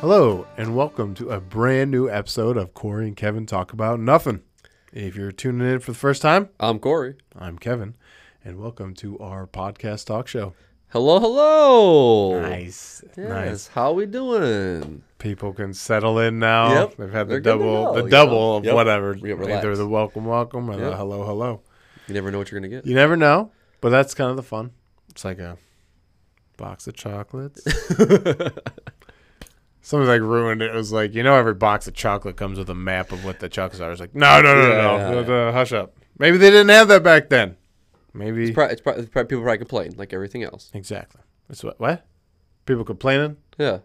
Hello, and welcome to a brand new episode of Corey and Kevin Talk About Nothing. If you're tuning in for the first time, I'm Corey. I'm Kevin, and welcome to our podcast talk show. Hello, hello. Nice. Yes, Nice. how we doing? People can settle in now. Yep. They've had the They're good to double go, the you double know? of Yep. whatever. Yeah, Either relax. the welcome welcome or the Yep. hello hello. You never know what you're gonna get. You never know, but that's kind of the fun. It's like a box of chocolates. Something like ruined it. It was like, you know, every box of chocolate comes with a map of what the chocolates are. It's like, no, no, no, no, Yeah, no, yeah, no, hush up. Maybe they didn't have that back then. Maybe. It's probably, it's probably, people probably complain like everything else. exactly. That's what, what? People complaining? Yeah,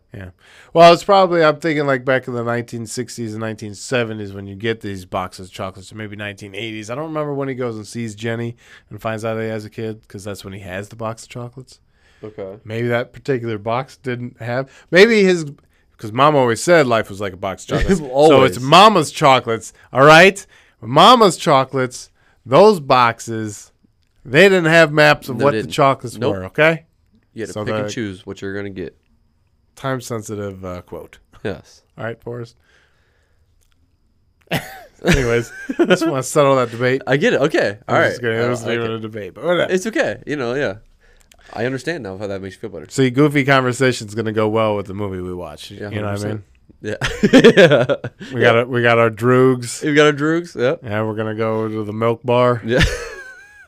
Well, it's probably, I'm thinking like back in the 1960s and 1970s when you get these boxes of chocolates, or maybe 1980s. I don't remember when he goes and sees Jenny and finds out he has a kid because that's when he has the box of chocolates. okay. Maybe that particular box didn't have. Maybe his because mom always said life was like a box of chocolates. so Always. it's mama's chocolates. All right, mama's chocolates. Those boxes, they didn't have maps of They what the didn't. chocolates Nope. were. Okay, You had to So pick and the- choose what you're gonna get. time sensitive uh, quote. Yes, All right, Forrest. Anyways, just want to settle that debate. I get it. Okay, all I right. was just gonna- I- It was I even get- a debate, but whatever. It's okay. You know, yeah. I understand now how that makes you feel better. See, goofy conversation's gonna go well with the movie we watch. Yeah, you know what I 100%. mean? Yeah. yeah. We got we got our droogs. You got our droogs. Yeah. Yeah, we're gonna go to the milk bar, Yeah.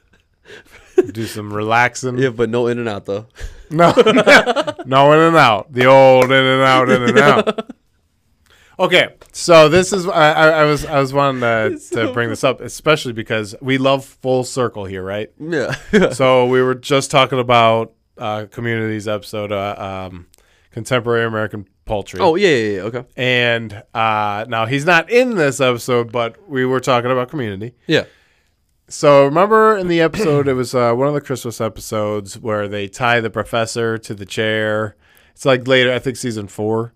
do some relaxing. yeah, but no in and out though. No, no in and out. The old in and out, in and out. Okay, so this is I, I, I was I was wanting to, to bring this up, especially because we love full circle here, right? Yeah. So we were just talking about uh, communities episode, uh, um, contemporary American poultry. oh yeah, yeah, yeah. Okay. and uh, now he's not in this episode, but we were talking about community. Yeah. So remember in the episode, it was uh, one of the Christmas episodes where they tie the professor to the chair. It's like later, I think season four.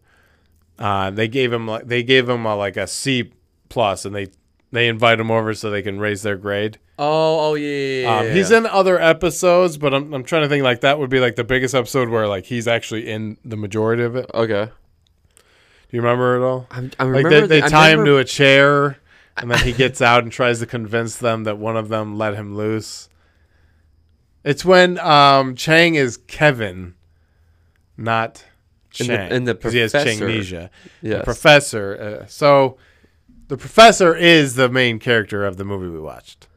Uh, they gave him like they gave him a, like a C plus, and they they invite him over so they can raise their grade. Oh, oh yeah, yeah, yeah, Um, yeah. He's in other episodes, but I'm I'm trying to think like that would be like the biggest episode where like he's actually in the majority of it. Okay. Do you remember it all? I'm, I Like remember they, they I tie him remember- to a chair, and then he gets out and tries to convince them that one of them let him loose. It's when um, Chang is Kevin, not And Chang, the- and the 'cause he has professor. Changnesia. The Yes. professor. Uh, so the professor is the main character of the movie we watched.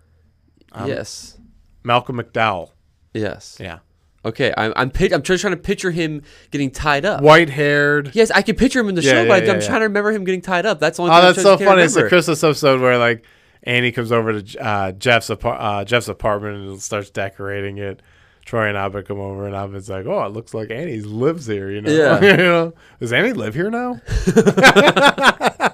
um, yes. Malcolm McDowell. Yes. Yeah, Okay. I'm I'm, pic- I'm just trying to picture him getting tied up. white haired. Yes, I can picture him in the Yeah, show, yeah, but yeah, I'm yeah. trying to remember him getting tied up. That's the only. Oh, thing I that's just so can't funny. It's the remember. Christmas episode where like Annie comes over to uh, Jeff's apar- uh, Jeff's apartment and starts decorating it. Troy and Abed come over and Abed's like, "Oh, it looks like Annie lives here." You know? Yeah. you know? Does Annie live here now?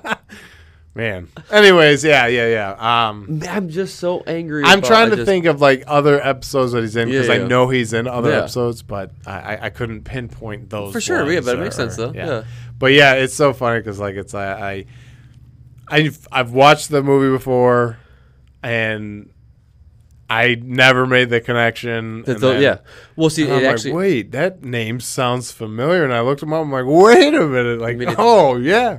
Man. Anyways, yeah, yeah, yeah. Um, Man, I'm just so angry. I'm about- trying I to just- think of like other episodes that he's in because Yeah, I yeah. know he's in other Yeah. episodes, but I, I, I couldn't pinpoint those For sure, yeah, ones but it or- makes sense, or- though. Yeah. but yeah, it's so funny because like it's I, I I've I've watched the movie before, and I never made the connection. that and the- then- yeah. Well, see, and I'm it like, actually. wait, that name sounds familiar, and I looked him up. I'm like, wait a minute, like, mean, it's- oh yeah,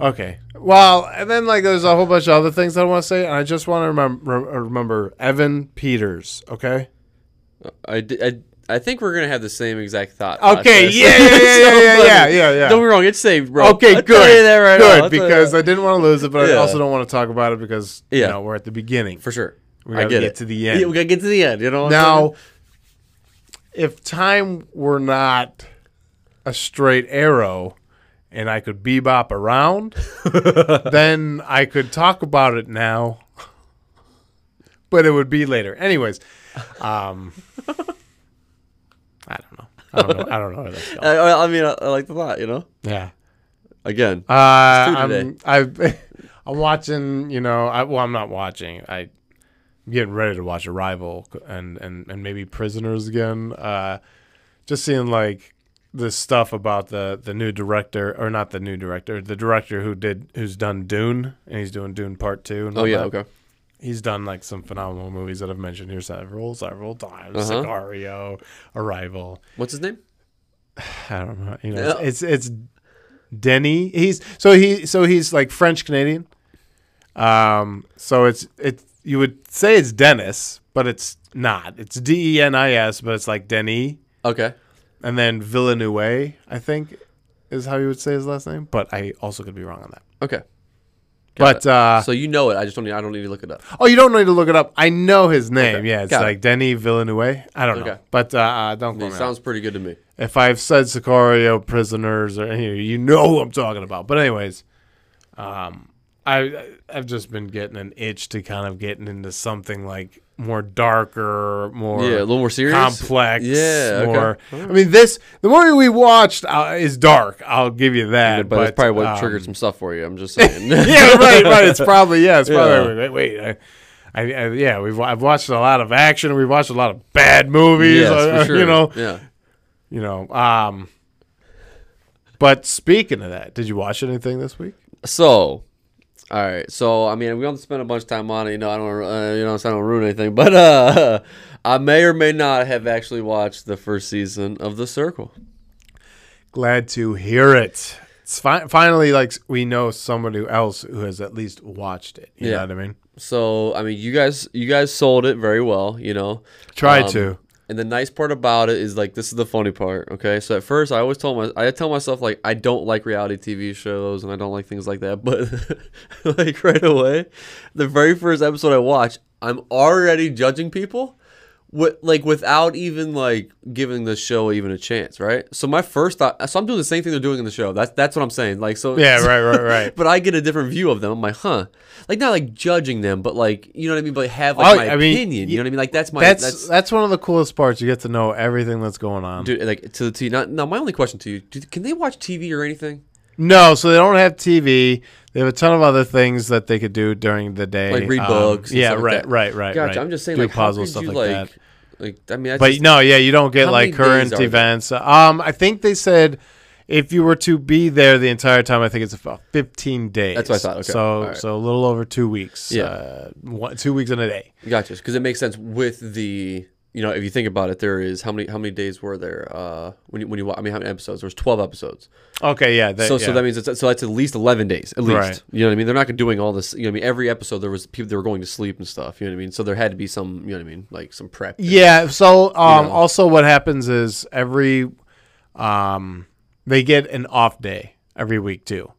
okay. Well, and then like, there's a whole bunch of other things I want to say, and I just want to remember remember Evan Peters. Okay. I, di- I, I think we're gonna have the same exact thought. Okay, process. yeah, yeah, It's yeah, yeah, funny. yeah, yeah, yeah. Don't get me wrong. It's saved, bro. Okay, Oh, I'll good. tell you that right now. good, I'll tell you because that. I didn't want to lose it, but I Yeah. also don't want to talk about it because you Yeah. know we're at the beginning. for sure. We I gotta get get it. to the end. Yeah, we gotta get to the end. You know. what I'm Now, saying? if time were not a straight arrow and I could bebop around, then I could talk about it now, but it would be later. Anyways, um, I don't know. I don't know. I don't know where that's going. I, I- I mean, I, I like the thought. You know. Yeah. Again. Uh, Let's do it I'm, I've, I'm watching, you know, I, well, I'm not watching. I, I'm getting ready to watch Arrival and, and, and maybe Prisoners again. Uh, just seeing like the stuff about the, the new director or not the new director, the director who did, who's done Dune and he's doing Dune part two. And Oh all yeah. that. Okay. He's done like some phenomenal movies that I've mentioned here several, several times. Uh-huh. Sicario, Arrival. What's his name? I don't know. You know, it's, it's, it's Denny. He's so he so he's like French Canadian. Um, so it's it you would say it's Dennis, but it's not. It's D E N I S, but it's like Denny, Okay. and then Villeneuve, I think, is how you would say his last name. But I also could be wrong on that. Okay. but uh, so you know it. I just don't need. I don't need to look it up. oh, you don't need to look it up. I know his name. Yeah, it's got it. like Denny Villeneuve. I don't know, Okay. but uh, uh, don't call It me. out. sounds pretty good to me. If I've said Sicario prisoners or any, you know who I'm talking about. But anyways, um, I I've just been getting an itch to kind of getting into something like more darker, more yeah, a little more serious. complex. Yeah, okay. more. I mean, this the movie we watched uh, is dark. I'll give you that. Yeah, but, but that's probably what um, triggered some stuff for you. I'm just saying. yeah, right, right. It's probably yeah. It's probably Yeah. wait, wait. I, I, I, yeah, we've I've watched a lot of action. We've watched a lot of bad movies. Yes, uh, for sure. You know, Yeah. you know. Um, but speaking of that, did you watch anything this week? So, all right. So, I mean, we don't spend a bunch of time on it. You know, I don't. Uh, you know, so I don't ruin anything. But uh, I may or may not have actually watched the first season of The Circle. Glad to hear it. It's fi- finally like we know somebody else who has at least watched it. You Yeah. know what I mean? So, I mean, you guys, you guys sold it very well. You know. Try Um, to. And the nice part about it is like this is the funny part, okay? So at first I always told my I tell myself like I don't like reality TV shows and I don't like things like that, but like right away, the very first episode I watch, I'm already judging people with like without even like giving the show even a chance, right? So my first thought so I'm doing the same thing they're doing in the show. That's that's what I'm saying. Like so Yeah, right, right, right. But I get a different view of them. I'm like, huh. Like not like judging them, but like you know what I mean? But have like Oh, my I mean, opinion. you know what I mean? Like that's my That's, that's one of the coolest parts. You get to know everything that's going on. Dude, like to the T. Now, now my only question to you: do, Can they watch TV or anything? No, so they don't have TV. They have a ton of other things that they could do during the day, Um, Like read books and yeah, stuff like right, that. right, right. Gotcha. right. I'm just saying, do like, how puzzles could stuff you like, like, that. like, I mean, I But just, no, yeah, you don't get How like many days current are there? events. Um, I think they said if you were to be there the entire time, I think it's about 15 days. That's what I thought, okay, So, alright. so a little over two weeks. Yeah. uh, one, two weeks in a day. gotcha, because it makes sense with the. You know, if you think about it, there is how many how many days were there uh, when you when you wa- I mean how many episodes? There was twelve episodes. Okay, yeah. That, So yeah. so that means it's, so that's at least eleven days at least. Right. You know what I mean? They're not gonna doing all this. You know what I mean? Every episode there was people that were going to sleep and stuff. You know what I mean? So there had to be some. You know what I mean? Like some prep. Yeah. So um, know? also, what happens is every um, they get an off day every week too.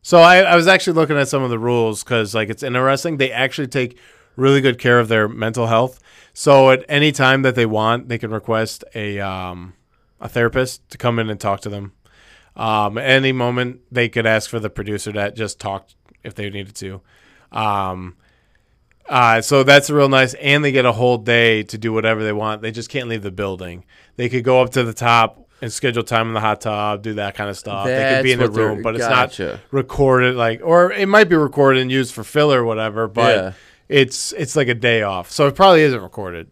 So I, I was actually looking at some of the rules because like it's interesting. They actually take really good care of their mental health. So at any time that they want, they can request a um, a therapist to come in and talk to them. Um, at any moment, they could ask for the producer that just talked if they needed to. Um, uh, so that's real nice, and they get a whole day to do whatever they want. They just can't leave the building. They could go up to the top and schedule time in the hot tub, do that kind of stuff. they could be in That's the what they're- room, but it's not gotcha. recorded like, or it might be recorded and used for filler or whatever. But Yeah. it's it's like a day off, so it probably isn't recorded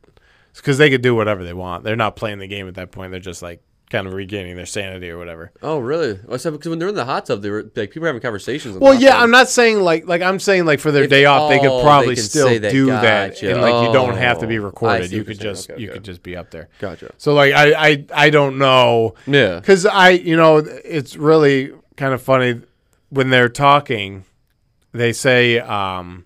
because they could do whatever they want. They're not playing the game at that point. They're just like kind of regaining their sanity or whatever. Oh really? Except because when they're in the hot tub, they were like people were having conversations. in the Well, hot yeah, tub. I'm not saying like like I'm saying like for their If- day off they oh, could they probably can still say they do that gotcha. and like you don't have to be Oh, I recorded. see You what could you're saying. just Okay, you okay. could just be up there. Gotcha. So like I I I don't know Yeah. because I you know it's really kind of funny when they're talking, they say um.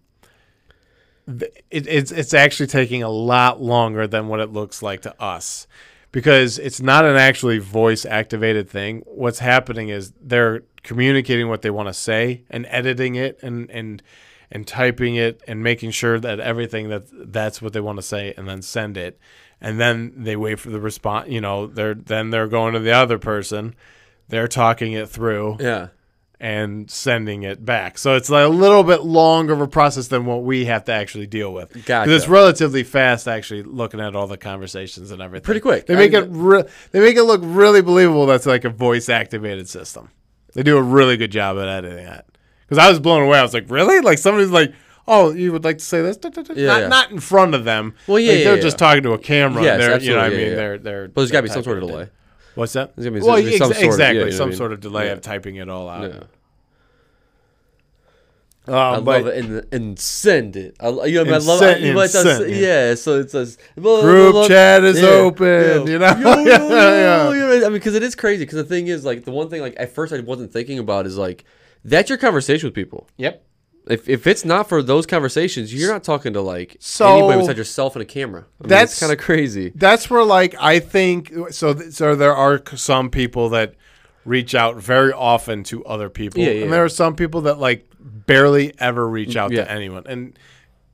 th- It, it's it's actually taking a lot longer than what it looks like to us, because it's not an actually voice activated thing. What's happening is they're communicating what they want to say and editing it and and and typing it and making sure that everything that that's what they want to say and then send it, and then they wait for the response. You know, they're then they're going to the other person, they're talking it through Yeah. and sending it back. So it's like a little bit longer of a process than what we have to actually deal with. 'Cause Gotcha. It's relatively fast actually looking at all the conversations and everything. Pretty quick. They make I- it re- they make it look really believable that's like a voice activated system. They do a really good job at editing that. Cuz I was blown away. I was like, "Really? Like somebody's like, "Oh, you would like to say this?" Da, da, da. Yeah, not yeah. not in front of them. Well, yeah, Like, yeah, they're yeah. just talking to a camera. Yes, they're, you know absolutely, what I yeah, mean? yeah. They're they're But there's got to be some typing sort of it in. delay. What's that? There's gotta be- well, there's some ex- sort of- yeah, exactly, you know what I some mean? sort of delay Yeah. of typing it all out. Yeah. Um, I but love it and, and send it. I, lo- you know, I And love send- it. I- and like that- send it. yeah, so it says blah, blah, Group blah, blah. chat is open, you know? Yo, yo, Yeah, yeah. yo, you know, I mean, because it is crazy. Because the thing is, like, the one thing, like, at first I wasn't thinking about is like that's your conversation with people. yep. If, if it's not for those conversations, you're not talking to like So- anybody besides yourself and a camera. I mean, That's- that's kind of crazy. That's where like I think so. th- So there are c- some people that reach out very often to other people, Yeah, yeah. and there are some people that like barely ever reach out yeah. to anyone. And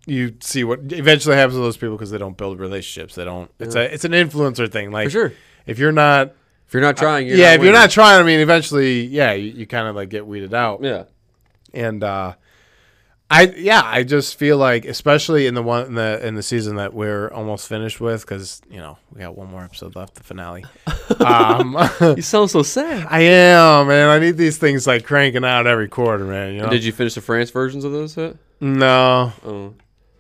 you see what eventually happens to those people because they don't build relationships. They don't. It's a it's an influencer thing. Like sure. if you're not, If you're not trying, you're yeah, if not you're winning. not trying, I mean, eventually, yeah, you, you kind of like get weeded out. yeah, and uh I yeah, I just feel like especially in the one in the in the season that we're almost finished with cuz you know, we got one more episode left, the finale. um you sound so sad. I am, man. I need these things like cranking out every quarter, man, you know. Did you finish the France versions of those? Yet? no. Oh,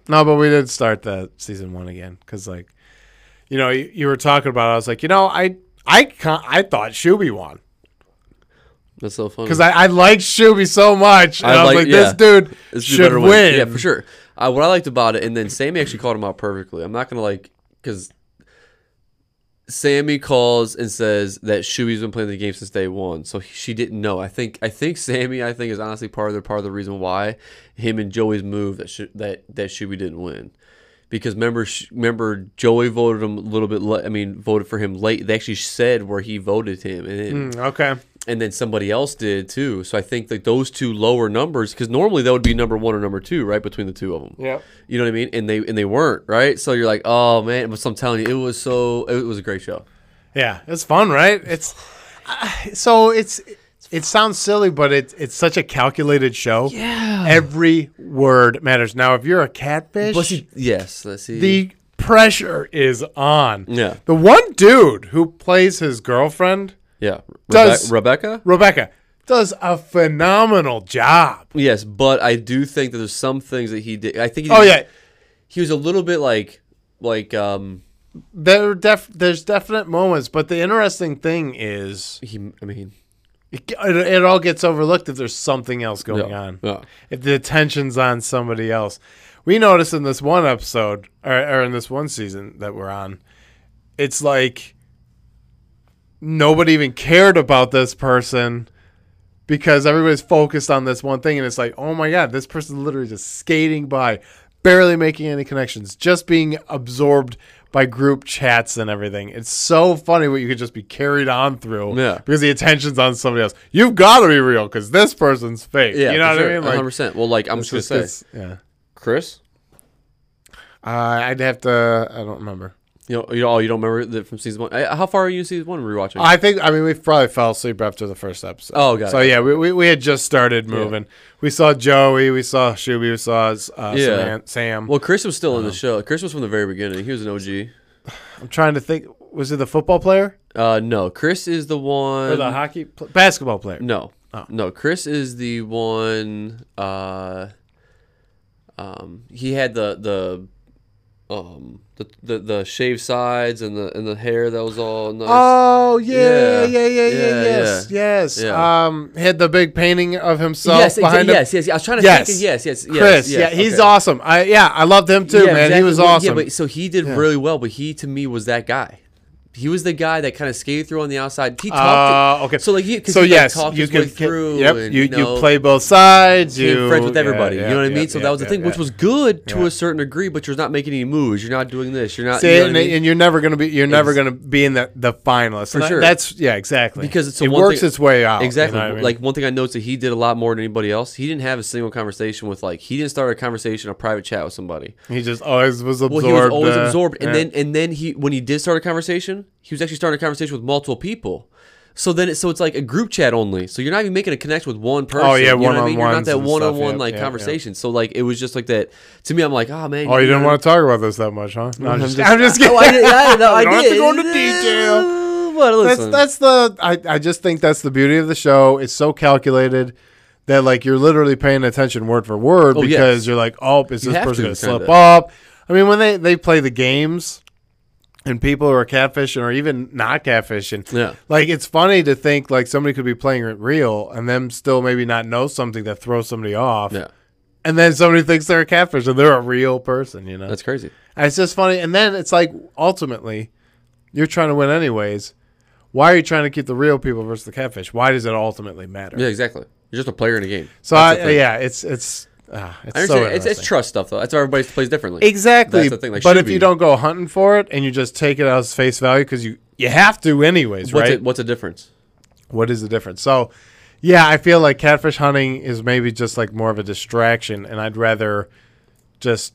No, but we did start the season 1 again cuz like you know, you, you were talking about it, I was like, you know, I I ca- I thought Shuby won that's so funny. because I, I like Shuby so much, and Hmm. I I, was like, like- yeah. this dude This is a should better win. way- Yeah, for sure. Uh, what I liked about it, and then Sammy actually called him out perfectly. I'm not gonna like because Sammy calls and says that Shuey's been playing the game since day one, so he, she didn't know. I think I think Sammy I think is honestly part of the part of the reason why him and Joey's move that Shu- that that Shuey didn't win. Because remember, Sh- remember Joey voted him a little bit. Le- I mean, voted for him late. They actually said where he voted him, and it, Mm, okay. and then somebody else did too. So I think that those two lower numbers, because normally that would be number one or number two, right between the two of them. Yep. You know what I mean? And they and they weren't right. So you're like, oh man. But so I'm telling you, it was so it was a great show. Yeah, it's fun, right? It's uh, so it's it sounds silly, but it's it's such a calculated show. Yeah. every word matters. Now, if you're a catfish, But see, yes, let's see. the pressure is on. Yeah. the one dude who plays his girlfriend, yeah, Does- Rebe- Rebecca. Rebecca, does a phenomenal job. Yes, but I do think that there's some things that he did. I think. He Oh did- yeah, he was a little bit like like um there are def- there's definite moments, but the interesting thing is he. I mean, it, it all gets overlooked if there's something else going yeah, on. yeah. if the attention's on somebody else. We noticed in this one episode, or, or in this one season that we're on, it's like nobody even cared about this person because everybody's focused on this one thing. And it's like, oh my God, this person's literally just skating by, barely making any connections, just being absorbed by group chats and everything. It's so funny what you could just be carried on through Yeah. because the attention's on somebody else. You've got to be real because this person's fake. Yeah, you know what I mean? One Like, hundred percent. Well, like I'm just gonna it's- say, it's- yeah. Chris. Uh, I'd have to. I don't remember. You know, you know, oh, you don't remember that from season one. Uh, How far are you in season one rewatching? I think. I mean, we probably fell asleep after the first episode. Oh, got it. So yeah, we, we, we had just started moving. We saw Joey. We saw Shuby. We saw uh, Yeah. Saman- Sam. well, Chris was still in the Uh-huh. show. Chris was from the very beginning. He was an OG. I'm trying to think. Was it the football player Uh, no, Chris is the one. or the hockey pl- basketball player? no, Oh. no, Chris is the one. Uh, um, he had the the, um, the the, the shaved sides and the and the hair that was all nice. Oh yeah, yeah, Yeah. yeah, yeah, Yeah, yes, yes. Yeah. Um, had the big painting of himself yes, exa- behind him. yes, yes, yes. I was trying to Yes. think. of- Yes, yes, yes. Chris, yes, yeah, he's okay. awesome. I yeah, I loved him too, man. He exactly. was Well, awesome. Yeah, but so he did really well, but he to me was that guy. He was the guy that kind of skated through on the outside. He talked. Uh, okay. So like, he, 'cause so he, like, yes, talked you his way could ca- through Yep, and, you you know, you play both sides. Being You friends with yeah, everybody, yeah, you know what I yeah, mean. so yeah, that was the yeah, thing, which yeah. was good to Yeah. a certain degree, but you're not making any moves. You're not doing this. You're not. See, you know what and, I mean? and you're never gonna be you're never Ex- gonna be in the the finalists. For sure. That's yeah, exactly. Because it's the it one works thing- its way out. you know Exactly. what I mean? Like one thing I noticed that he did a lot more than anybody else. He didn't have a single conversation with like he didn't start a conversation, a private chat with somebody. he just always was Well, absorbed. he was always uh, absorbed, and yeah. then and then he when he did start a conversation, he was actually starting a conversation with multiple people. So then, it, so it's like a group chat only. So you're not even making a connection with one person. Oh, yeah, you know what I mean? You're not one-on-ones that and stuff, one-on-one yeah, like yeah, yeah. conversation. So like it was just like that. To me, I'm like, oh man. Oh, you didn't know- want to talk about this that much, huh? No, I'm just, I'm just Oh, I did. kidding. I, no, I You don't have to did. go into detail. Well, That's listen. that's the I, I just think that's the beauty of the show. It's so calculated that like you're literally paying attention word for word yes. because you're like, oh, is You this have person to, gonna slip kinda. up? I mean, when they they play the games and people who are catfishing or even not catfishing, Yeah. like it's funny to think like somebody could be playing it real and them still maybe not know something that throws somebody off. Yeah. and then somebody thinks they're a catfish and they're a real person, you know? That's crazy. And it's just funny. And then it's like, ultimately, you're trying to win anyways. Why are you trying to keep the real people versus the catfish? Why does it ultimately matter? Yeah, exactly. You're just a player in a game. so, That's the I, thing. yeah, it's, it's, uh, I it's so understand. it's, interesting. it's trust stuff though. That's why everybody plays differently. Exactly. That's the thing, like, but should if you be. don't go hunting for it and you just take it as face value because you, you have to anyways, What's right? it, what's the difference? what is the difference? So, yeah, I feel like catfish hunting is maybe just like more of a distraction, and I'd rather just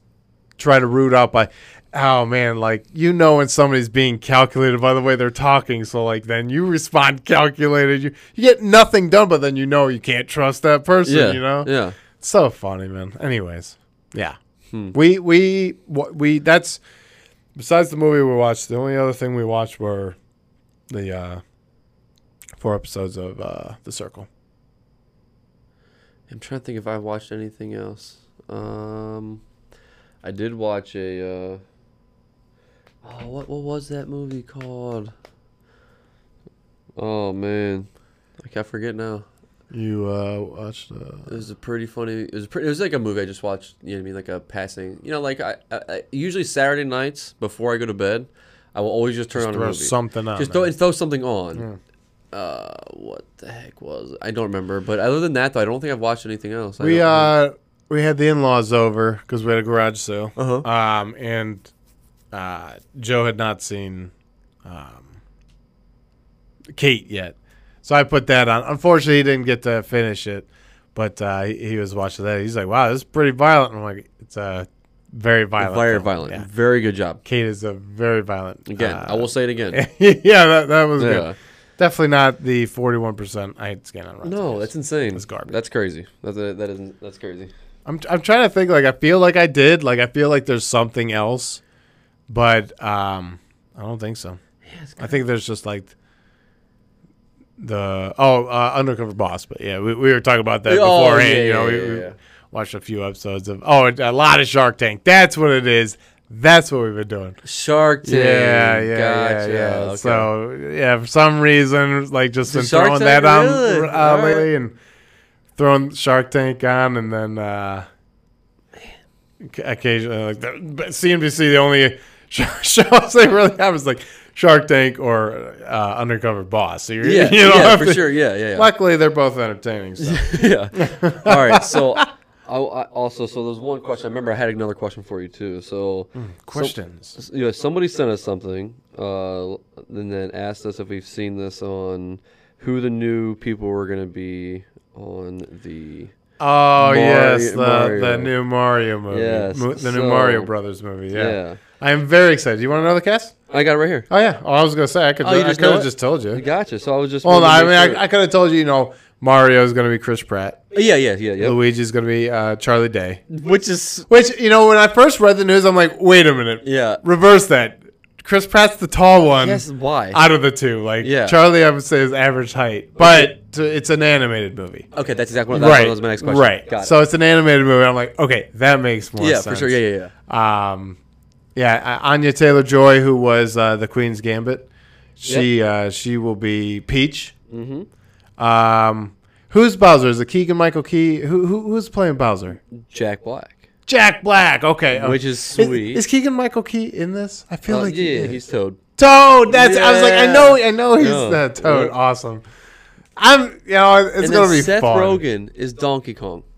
try to root out by, oh man, like you know when somebody's being calculated by the way they're talking, so like then you respond calculated, you, you get nothing done, but then you know you can't trust that person, yeah, you know? yeah. so funny, man. Anyways, yeah, Hmm. we we wh- we that's besides the movie we watched. The only other thing we watched were the uh, four episodes of uh, The Circle. I'm trying to think if I watched anything else. Um, I did watch a. Uh, oh, what what was that movie called? Oh man, like I forget now. You uh, watched uh, It was a pretty funny. It was pretty. It was like a movie I just watched. You know what I mean? Like a passing. You know, like I, I, I usually Saturday nights before I go to bed, I will always just turn on a throw movie. something on. just throw and throw something on. Uh, what the heck was? I don't remember. But other than that, though, I don't think I've watched anything else. I we don't- uh we had the in laws over because we had a garage sale. Uh-huh. Um and uh, Joe had not seen um, Kate yet, so I put that on. Unfortunately, he didn't get to finish it, but uh, he, he was watching that. He's like, "Wow, this is pretty violent." I'm like, "It's a very violent, Very film." violent. Yeah. Very good job. Kate is a very violent. Again, uh, I will say it again. yeah, that, that was Yeah. good. Definitely not the 41% I had scan on Rotten No, Tomatoes. that's insane. That's garbage. That's crazy. That's a, that isn't. That's crazy. I'm I'm trying to think. Like I feel like I did. Like I feel like there's something else, but um, I don't think so. Yeah, it's I think there's just like the oh uh, undercover boss. But yeah, we, we were talking about that Oh, beforehand. yeah, you know, yeah, we, yeah, we yeah. watched a few episodes of oh and a lot of Shark Tank. That's what it is. That's what we've been doing. Shark Tank. Yeah, yeah, gotcha. yeah, yeah. Okay. So yeah, for some reason, like just The been Shark throwing Tank, that on really? uh, All lately and throwing Shark Tank on, and then uh, c- occasionally like the, but CNBC. The only sh- shows they really have is like Shark Tank or uh, Undercover Boss. So you're, yeah, you know, yeah, I for think- sure. Yeah, yeah, yeah. Luckily, they're both entertaining. So. yeah. All right. So, I, I also so there's one question. I remember I had another question for you too. So, Hmm. Questions. so- yeah, somebody sent us something, uh, and then asked us if we've seen this on who the new people were gonna be on the. Oh yes, the, Mario. the new Mario movie, Yes, Mo- the new so- Mario Brothers movie. Yeah. Yeah. I am very excited. Do you want to know the cast? I got it right here. Oh yeah. Oh, I was gonna say I could. Oh, you I just could know have it? just told you. Gotcha. So I was just. Well, no, I wanted mean, to make I, I could have told you. You know, Mario's gonna be Chris Pratt. sure. yeah, yeah, yeah, yeah. Luigi's gonna be uh, Charlie Day. Which is Which you know, when I first read the news, I'm like, wait a minute. yeah. Reverse that. Chris Pratt's the tall one Yes, why? out of the two. Like Yeah. Charlie, I would say is average height, but t- it's an animated movie. okay, that's exactly what, that's right. what was my next question. Right. Got it. so it's an animated movie. I'm like, okay, that makes more yeah, sense. for sure. Yeah, yeah, yeah. yeah. Um, yeah, A- Anya Taylor Joy, who was uh, the Queen's Gambit, she uh, she will be Peach. Mm-hmm. Um, who's Bowser? Is it Keegan Michael Key? Who, who who's playing Bowser? Jack Black, Jack Black. Okay, which is sweet. Is, Keegan Michael Key in this? I feel Uh, like yeah, he yeah, is. he's Toad. Toad. That's. I was like, I know, I know he's Yeah. uh, Toad. Yeah. Awesome. I'm. You know, it's And gonna then be Seth fun. Rogen is Donkey Kong.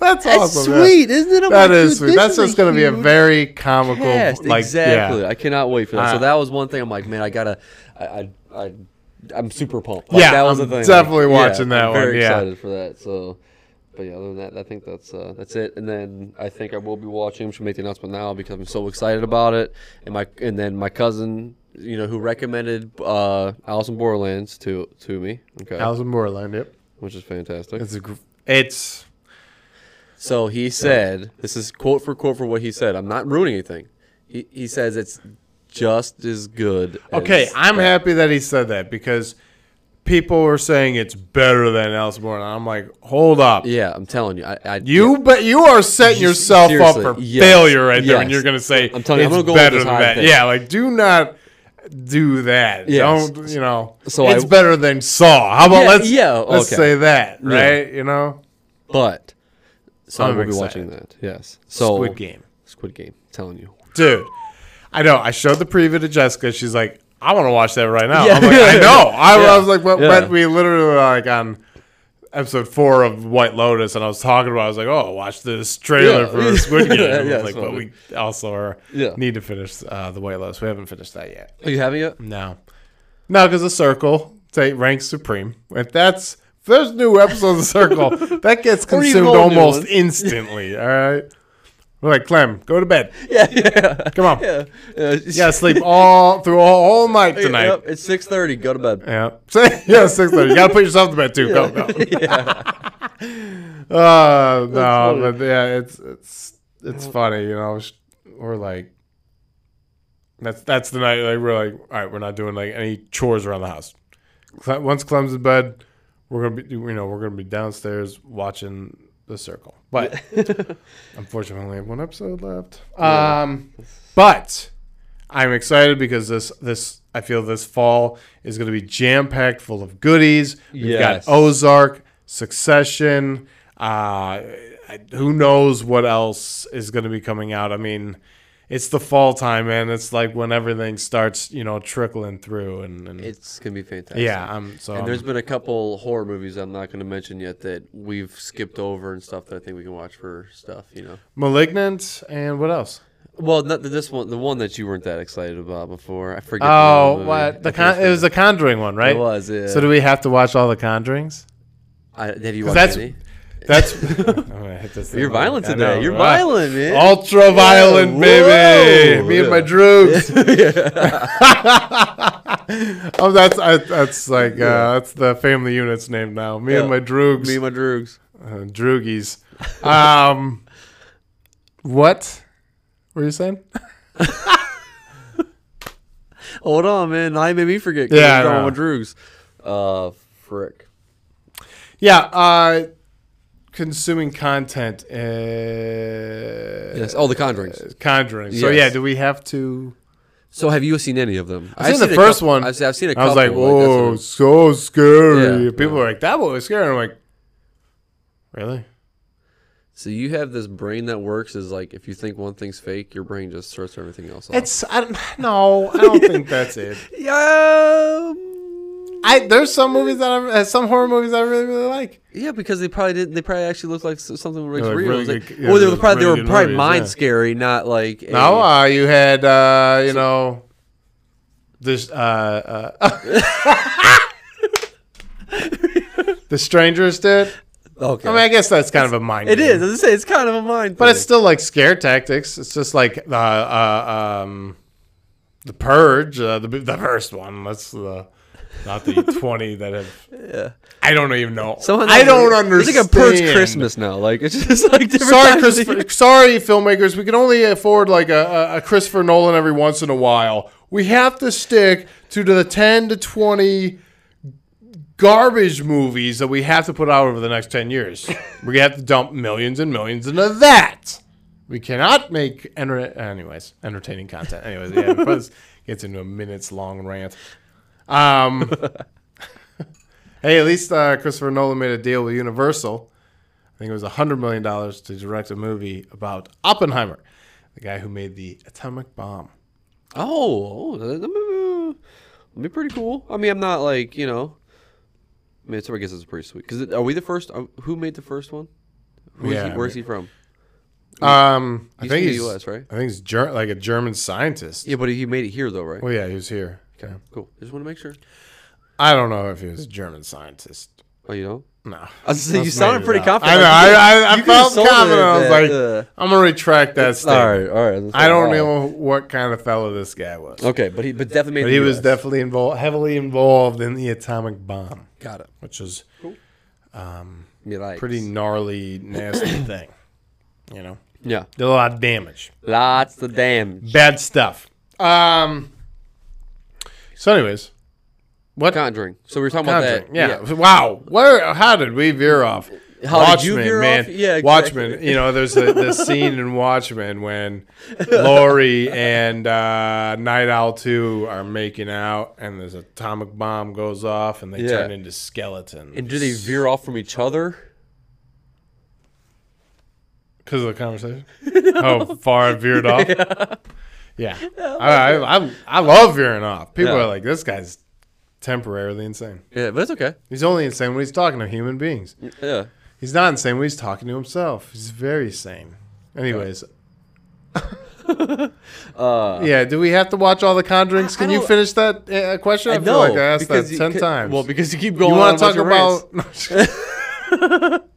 That's awesome. yeah. isn't it? I'm That like, is dude, sweet. Oh this That's is just gonna be a huge very comical, cast. like exactly. yeah. I cannot wait for that. so Uh, that was one thing. I'm like, man, I gotta. I, I, I I'm super pumped. Yeah, that I'm definitely watching that I'm Very one, yeah. excited for that. So. But yeah, other than that, I think that's uh, that's it. And then I think I will be watching. Should make the announcement now because I'm so excited about it. And my and then my cousin, you know, who recommended uh, Alice in Borderlands to to me, okay, Alice in Borderland. Yep. which is fantastic. It's a. Gr- it's. So he said, this is quote for quote for what he said. I'm not ruining anything. He, he says it's just as good. As Okay, I'm happy that he said that because people were saying it's better than Elsborn. I'm like, hold up. Yeah, I'm telling you. I, I You but you are setting You- yourself up seriously, for yes, failure right there and yes. you're gonna say I'm telling you, I'm it's gonna go with better this than high that. thing. Yeah, like do not do that. Yes. Don't you know So it's I- better than Saw. How about Yeah, let's yeah, let's okay. say that, right? You know? But So i I'm will be excited. watching that. Yes. So Squid Game. Squid Game. Telling you. Dude, I know. I showed the preview to Jessica. She's like, I want to watch that right now. I'm like, I know. I Yeah. was like, but Yeah. but we literally were like on episode four of White Lotus, and I was talking about, I was like, oh, watch this trailer Yeah. for Squid Game. Yeah, I was yeah, like, so- but we also are, Yeah. need to finish uh, the White Lotus. We haven't finished that yet. Are you having it? No, no, because the Circle say, ranks supreme. If that's if there's new episodes of Circle, that gets Or even consumed old new almost ones. instantly. All right, we're like Clem, go to bed. Yeah. Yeah. Come on. Yeah. Yeah. Yeah, sleep all through all, all night Yep, tonight. it's six thirty. Go to bed. Yeah. So, yeah, six thirty. You gotta put yourself to bed too. Go, go. yeah. Uh, no, funny. but yeah, it's it's it's funny, you know. sh- We're like that's that's the night like we're like, all right, we're not doing like any chores around the house. Cle- Once Clem's in bed, we're gonna be you know, we're gonna be downstairs watching the circle. But unfortunately I have one episode left. Yeah. Um but I'm excited because this this I feel this fall is going to be jam packed full of goodies. We've Yes. got Ozark, Succession. Uh, I- who knows what else is going to be coming out? I mean, it's the fall time, man. It's like when everything starts, you know, trickling through, and, and It's gonna be fantastic. yeah. Um, so And I'm- there's been a couple horror movies I'm not going to mention yet that we've skipped over and stuff that I think we can watch for stuff, you know. malignant, and what else? Well, not the- this one, the one that you weren't that excited about before. I forget. the name of Oh, movie. what I the think con- it was the Conjuring one, right? It was. Yeah. So do we have to watch all the Conjurings? I, have you 'Cause that's- watched any? That's I'm gonna hit this thing You're on- violent I today. know, You're right? violent, man. Ultra violent, Yeah, baby. whoa. Me and my Yeah. droogs. yeah. oh, that's I, that's like uh, that's the family unit's name now. Me and Yeah. my droogs, Me and my droogs. uh, droogies. Um, what were you saying? Hold on, man. Now you made me forget. Yeah, Yeah. I Talking know. about droogs. Uh, frick. Yeah, uh, consuming content. Uh, Yes. Oh, the Conjurings. Conjuring. So yeah, Yes. do we have to? So have you seen any of them? I've seen the a first couple- one. I've, seen- I've seen a I couple. was like, that's what whoa, I'm- so scary. Yeah, People yeah. were like, that one was scary. And I'm like, really? So you have this brain that works is like if you think one thing's fake, your brain just sorts everything else off. It's I don't, no, I don't think that's it. yeah, I there's some movies that I, uh, some horror movies I really really like. yeah, because they probably didn't. They probably actually looked like s- something was like, real. really It's like, good- yeah, or they they're were probably really they good were probably movies, mind yeah. scary, not like. a- No, uh, you had uh, you know this uh, uh, the strangers did. okay, I mean, I guess that's kind of a mind. it game. is. As I say, it's kind of a mind. but it's still like scare tactics. It's just like uh, uh, um, the purge, uh, the the first one. That's the not the twenty that have. yeah. I don't even know. Somehow I that's don't like- understand. It's like a purge Christmas now. Like it's just like different. Sorry, times of the year. Christopher, sorry, filmmakers. We can only afford like a, a- a Christopher Nolan every once in a while. We have to stick to the ten to twenty garbage movies that we have to put out over the next ten years. We're gonna have to dump millions and millions into that. We cannot make enter- anyways entertaining content. Anyways, yeah, this gets into a minutes long rant. Um, hey, at least uh, Christopher Nolan made a deal with Universal. I think it was $100 million to direct a movie about Oppenheimer, the guy who made the atomic bomb. Oh, oh, that- that may be- that'd be pretty cool. I mean, I'm not like you know. I mean, so I guess it's pretty sweet. Cause it- are we the first? uh, Who made the first one? Who is Yeah, I he, where's he from? Um, I He's think from the he's, US, right? I think he's ger- like a German scientist. Yeah, but he made it here though, right? Well, yeah, he was here. Okay. Cool. Just want to make sure. I don't know if he was a German scientist. Oh, you know. No. I was saying, you Let's sounded make it pretty up. I confident. know. Like, you I, I, I you could've felt sold it confident. I was at like, the- I'm going to retract that could- all statement. right, all right. That's I don't fine. know what kind of fellow this guy was. Okay, but he but definitely made. But the he was US. definitely involved, heavily involved in the atomic bomb, got it. which is Me likes. pretty gnarly, nasty thing. You know, Yeah, did a lot of damage, lots of damage. bad stuff. Um. So, anyways, Conjuring. So we were talking Conjuring. about Yeah. that. Wow. Where? How did we veer off? How did you veer man. off? Yeah, exactly. Watchmen. You know, there's a, this scene in Watchmen when Laurie and uh, Night Owl Two are making out, and this atomic bomb goes off, and they Yeah. turn into skeletons. And do they veer off from each other? Because of the conversation? How far I veered off? Yeah. Yeah. I, I, I, I love veering off. People Yeah. are like, this guy's temporarily insane. Yeah, but it's okay. He's only insane when he's talking to human beings. Yeah. He's not insane when he's talking to himself. He's very sane. Anyways, Uh, yeah. Do we have to watch all the Conjurings? I- I Can you don't- finish that uh, question? I, I feel know. like I asked that because you ten ca- times. Well, because you keep you going. want want to talk about?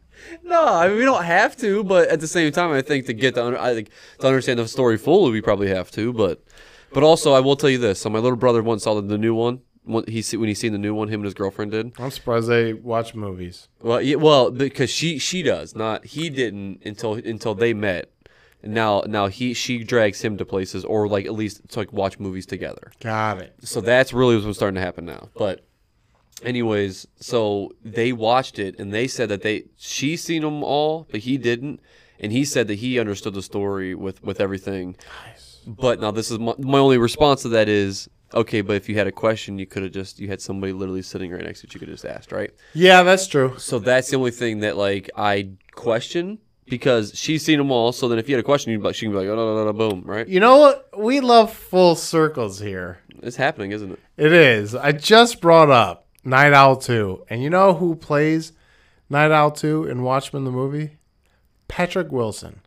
No, I mean, we don't have to, but at the same time, I think to get to under, I think to understand the story fully, we probably have to. But, but also, I will tell you this: so my little brother once saw the, the new one. When he see, when he seen the new one, him and his girlfriend did. I'm surprised they watch movies. Well, yeah, well, because she she does not. He didn't until until they met. Now now he she drags him to places or like at least to like watch movies together. Got it. So that's really what's starting to happen now. But anyways, so they watched it and they said that they she seen them all, but he didn't, and he said that he understood the story with with everything. But now this is my, my only response to that is okay. But if you had a question, you could have just you had somebody literally sitting right next to you. You could have just asked, right? Yeah, that's true. So that's the only thing that like I question because she's seen them all. So then if you had a question, you'd be, she can be like, oh no, no, no, no, boom, right? You know what? We love full circles here. It's happening, isn't it? It is. I just brought up Night Owl 2. And you know who plays Night Owl 2 in Watchmen the movie? Patrick Wilson.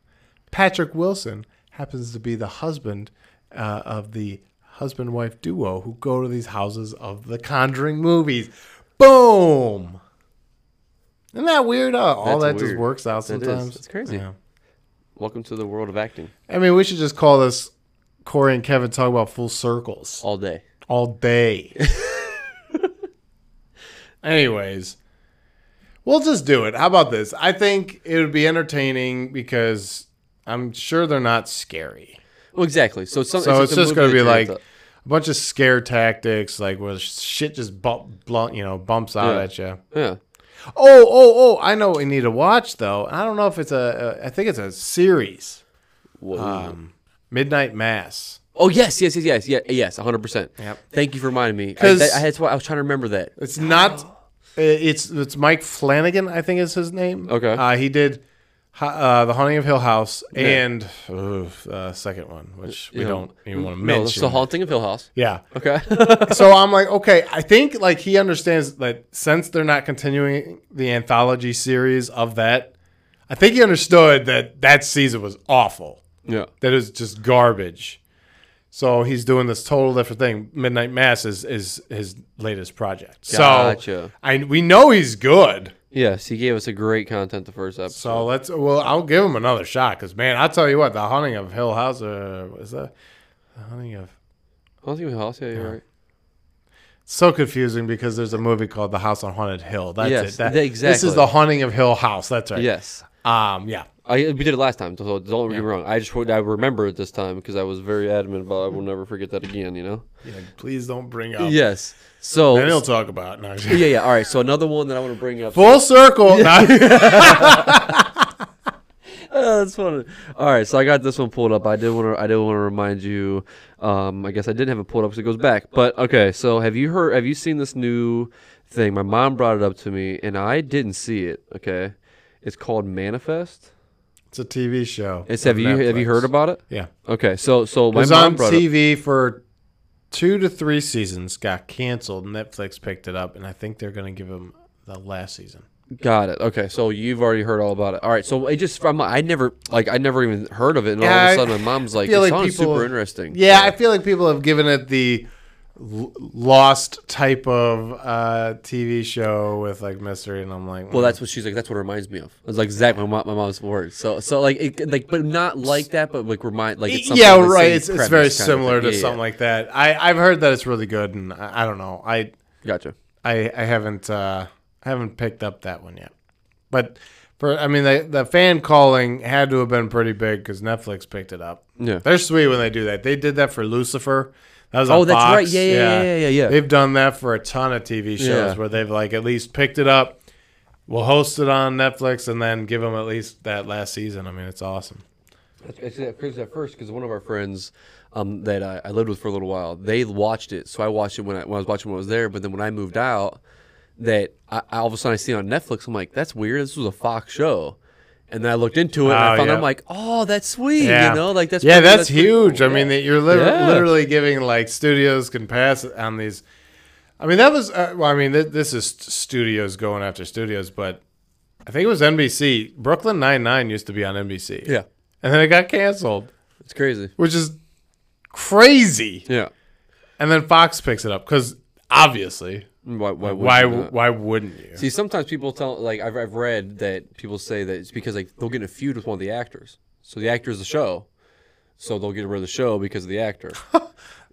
Patrick Wilson happens to be the husband uh, of the husband wife duo who go to these houses of the Conjuring movies. Boom! Isn't that weird? Uh, all That's that just weird. works out That is. sometimes. That's crazy. Welcome to the world of acting I mean, we should just call this Corey and Kevin talk about full circles. all day. all day. Anyways, we'll just do it. How about this? I think it would be entertaining because I'm sure they're not scary. Well, exactly. So, some, So it's, a just movie going to that be like turns a up. bunch of scare tactics, like where shit just bump, blunt, you know, bumps out Yeah. at you. yeah. Oh, oh, oh! I know what we need to watch though. I don't know if it's a. a I think it's a series. Whoa. Um, Midnight Mass. Ah. oh yes, yes, yes, yes, yeah, yes, one hundred percent. Yep. Thank you for reminding me. I, 'Cause- that, I, that's why I was trying to remember that. It's not. uh, It's it's Mike Flanagan, I think is his name. Okay. Uh, he did Ho- uh, the Haunting of Hill House and ugh, uh, second one, which we You know, don't even want to No, it's mention. the haunting of Hill House. yeah. Okay. so I'm like, okay, I think like he understands that since they're not continuing the anthology series of that, I think he understood that that season was awful. yeah. That is just garbage. So he's doing this total different thing. Midnight Mass is is his latest project. So Gotcha. I we know he's good. Yes, he gave us a great content the first episode. So let's well, I'll give him another shot because man, I'll tell you what, the haunting of Hill House uh, what is that the haunting of haunting of Hill House. Yeah, you're right. so confusing because there's a movie called The House on Haunted Hill. That's Yes, it. That, the- This exactly. is the haunting of Hill House. That's right. Yes. Um. Yeah. I, we did it last time, so don't get me wrong. I just w- I remember it this time because I was very adamant about I will never forget that again. You know. yeah please don't bring up. Yeah. Yes. So And he'll talk about. It. No, I'm just- yeah, yeah. All right. So another one that I want to bring up. Full circle. No. Oh, that's funny. All right, so I got this one pulled up. I did want to. I did want to remind you. Um, I guess I didn't have it pulled up because it goes back. But okay, so have you heard? Have you seen this new thing? My mom brought it up to me, and I didn't see it. Okay, it's called Manifest. it's a TV show. It's have on you have you Netflix. heard about it? Yeah. Okay, so so It my was mom on brought it. TV for two to three seasons, got canceled. Netflix picked it up, and I think they're going to give him the last season. Got it. Okay, so you've already heard all about it. All right, so it just from I never like I never even heard of it, and all Yeah, of I a sudden my mom's like, "It feel like sounds people- super interesting." Yeah, I feel like people have given it the l- lost type of uh, TV show with like mystery, and I'm like, Well, that's what she's like. That's what it reminds me of. It's like exactly my, mom, my mom's words. So, so like, it, like, but not like that. But like, remind like, it's something mm. yeah, on the right. same It's, it's premise very kind of similar thing. to Yeah, something like that. I, I've heard that it's really good, and I, I don't know. I Yeah. Gotcha. I, I haven't uh, I haven't picked up that one yet. But for I mean the the fan calling had to have been pretty big because Netflix picked it up. Yeah. They're sweet when they do that. They did that for Lucifer. That was on Oh, that's Fox. right. Yeah, yeah, yeah, yeah, yeah, yeah. They've done that for a ton of TV shows Yeah. where they've like at least picked it up. We'll host it on Netflix and then give them at least that last season. I mean, it's awesome. That's- It's at first, at first, because one of our friends um, that I, I lived with for a little while, they watched it. So I watched it when I, when I was watching when I was there. But then when I moved out, that I, I all of a sudden I see it on Netflix. I'm like, that's weird. This was a Fox show. And then I looked into it and I Oh, found yeah. I'm like, oh, that's sweet. Yeah. You know, like that's yeah, pretty- that's, pretty huge. cool. I mean, that you're lit- Yeah. literally giving like studios can pass on these. I mean, that was. Uh, well, I mean, th- this is st- studios going after studios, but I think it was NBC. Brooklyn Nine Nine used to be on NBC. yeah, and then it got canceled, it's crazy. which is crazy. Yeah, And then Fox picks it up because obviously, why? Why? would why you not? why wouldn't you? See, sometimes people tell like I've, I've read that people say that it's because like they'll get in a feud with one of the actors. So the actor's the show, so they'll get rid of the show because of the actor.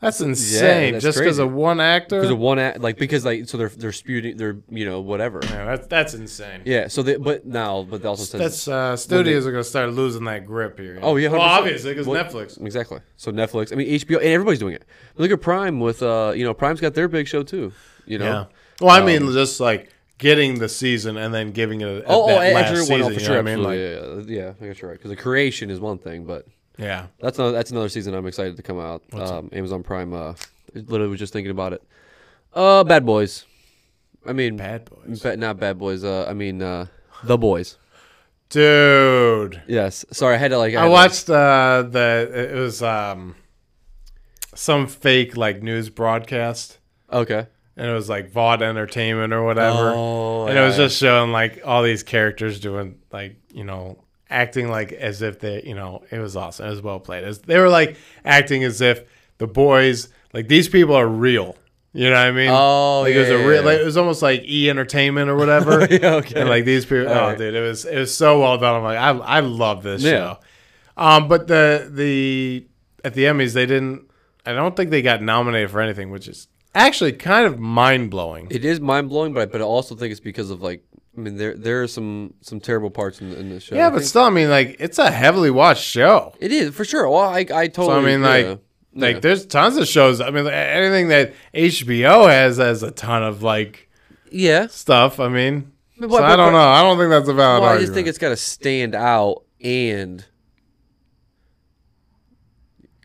that's insane. that's Just because crazy. of one actor. Because of one act, like because like so they're they're spewing they're you know whatever. yeah, that's that's insane. Yeah. So they but now but they also says That's uh, studios are gonna start losing that grip here. Oh, yeah, well 100%. obviously because Well, Netflix. exactly. So Netflix, I mean HBO, and everybody's doing it. Look at Prime with uh you know Prime's got their big show too. You know. Yeah. Well, Um, I mean, just like getting the season and then giving it. A, Oh, oh, that last actually, season, well, you no, for know sure, what I mean, like, absolutely, yeah, yeah, yeah, I guess you're right. Because the creation is one thing, but yeah. That's another, that's another season I'm excited to come out. Um, Amazon Prime. Uh, literally was just thinking about it. Uh, Bad Boys. I mean, Bad boys, ba- not Bad Boys. Uh, I mean, uh, The Boys. dude. Yes. Sorry, I had to like. I had to- watched uh, the it was um, some fake like news broadcast, Okay. and it was like Vaught Entertainment or whatever, Oh, and it yeah, was yeah. just showing like all these characters doing like you know acting like as if they you know it was awesome. It was well played. It was- they were like acting as if the boys like these people are real. You know what I mean? Oh, like it was yeah, a yeah, real, yeah. like, it was almost like E Entertainment or whatever. Yeah, okay. And like these people, oh right. dude, it was it was so well done. I'm like, I I love this Yeah. show. Um, but the the at the Emmys they didn't. I don't think they got nominated for anything, which is actually kind of mind blowing. It is mind blowing, but I, but I also think it's because of like. I mean, there there are some some terrible parts in the, in the show. I Yeah, but think- still, I mean, like it's a heavily watched show. it is for sure. Well, I I totally. So I mean, like. yeah. Like Yeah. there's tons of shows. I mean, like, anything that HBO has has a ton of like yeah. stuff. I mean, But- so but- I don't but- know. I don't think that's a valid Well, I argument. just think it's got to stand out and.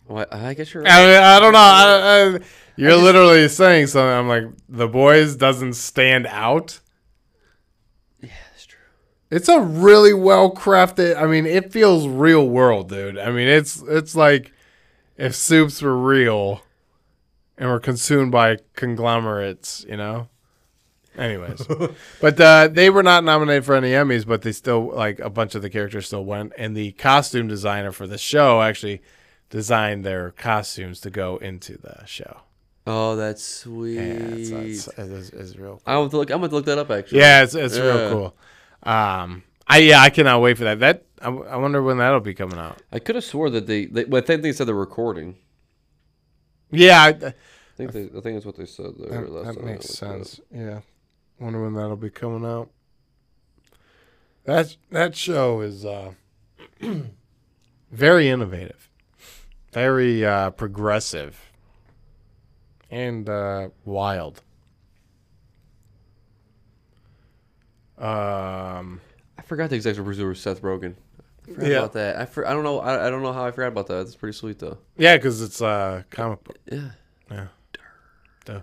Well, I I guess you're right. I, mean, I don't know. I, I, you're literally saying something. I'm like, the boys doesn't stand out. That's true. It's a really well crafted. I mean, it feels real world, dude. I mean, it's it's like if soups were real and were consumed by conglomerates, you know. Anyways, but uh, they were not nominated for any Emmys, but they still like a bunch of the characters still went, and the costume designer for the show actually designed their costumes to go into the show. Oh, that's sweet. Yeah, it's, it's, it's, it's real. I want to look. I'm gonna look that up actually. Yeah, it's, it's Yeah. real cool. Um, I yeah, I cannot wait for that. That I, w- I wonder when that'll be coming out. I could have swore that they. they well, I think they said they're recording. Yeah, I, that, I think they, I think that's what they said. That, we heard last that time I makes looked it up. sense. Yeah, wonder when that'll be coming out. That that show is uh, very innovative, very uh, progressive, and uh, wild. Um. I forgot the executive producer was Seth Rogen. I forgot Yeah. about that. I, for, I don't know. I, I don't know how I forgot about that. That's pretty sweet though. Yeah, because it's uh, comic book. Yeah. Yeah. Duh.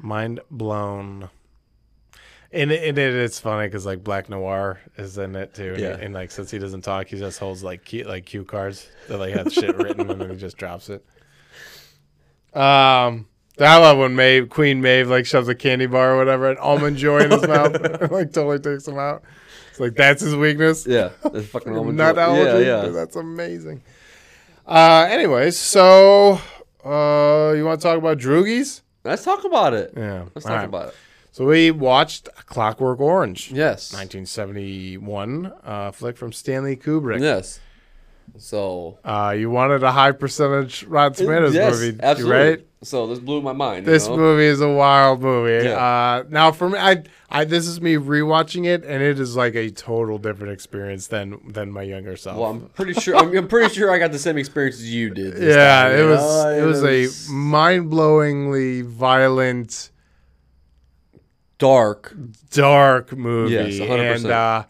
Mind blown. And it, and it, it's funny because like Black Noir is in it too. And, Yeah. and like since he doesn't talk, he just holds like key, like cue cards that like have shit written and then he just drops it. Um, I love when Maeve, Queen Maeve, like shoves a candy bar or whatever, an almond joy in his mouth, like totally takes him out. It's like that's his weakness Yeah. That's fucking almond nut joy. allergy. Yeah. Yeah. That's amazing. Uh, anyways, so uh, you want to talk about droogies? Let's talk about it. Yeah. Let's all talk right. about it. So we watched Clockwork Orange, Yes. 1971 uh, flick from Stanley Kubrick. Yes. So Uh, you wanted a high percentage Rotten Tomatoes Uh, yes, movie, absolutely. right? So this blew my mind. This you know? movie is a wild movie. Yeah. Uh, now for me, I, I this is me rewatching it, and it is like a total different experience than than my younger self. Well, I'm pretty sure. I'm, I'm pretty sure I got the same experience as you did. this Yeah, time, it you was know? it was a mind-blowingly violent, dark. dark movie, Yes, 100%. and uh,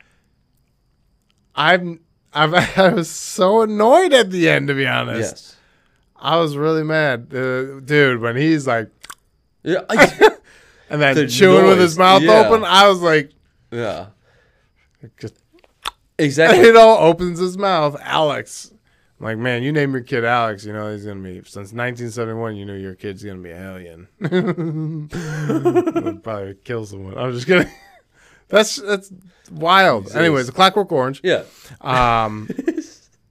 I'm I'm I was so annoyed at the end. To be honest, Yes. I was really mad, uh, dude. When he's like, Yeah. I- and then The chewing with his mouth noise, yeah. open, I was like, yeah. Just, Exactly. you know, opens his mouth, Alex. I'm like, man, you name your kid Alex, you know he's gonna be since 1971. You knew your kid's gonna be a alien. Would probably kill someone. I'm just kidding. That's that's wild. Jesus. Anyways, Clockwork Orange. yeah. Um,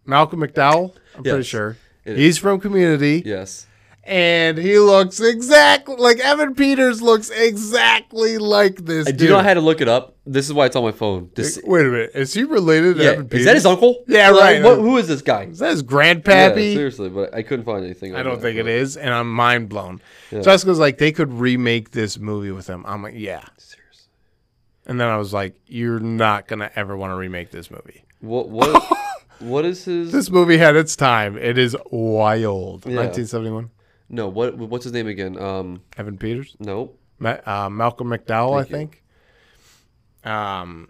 Malcolm McDowell. I'm pretty Yes. sure It he's from Community, Yes. and he looks exactly like Evan Peters looks exactly like this. I dude. do not know how to look it up. This is why it's on my phone. This, Wait a minute, is he related to yeah. Evan Peters? Is that his uncle? Yeah, right. Like, what- who is this guy? Is that his Yeah, grandpappy? seriously, but I couldn't find anything. I on don't that, think it but- is, and I'm mind blown. Yeah. Jessica's like, they could remake this movie with him. I'm like, yeah. Seriously. And then I was like, you're not gonna ever want to remake this movie. What? What? what is his? This movie had its time. It is wild. Yeah. 1971. No. What? What's his name again? Um. Evan Peters, No. Ma- uh, Malcolm McDowell, Thank I you. think. Um,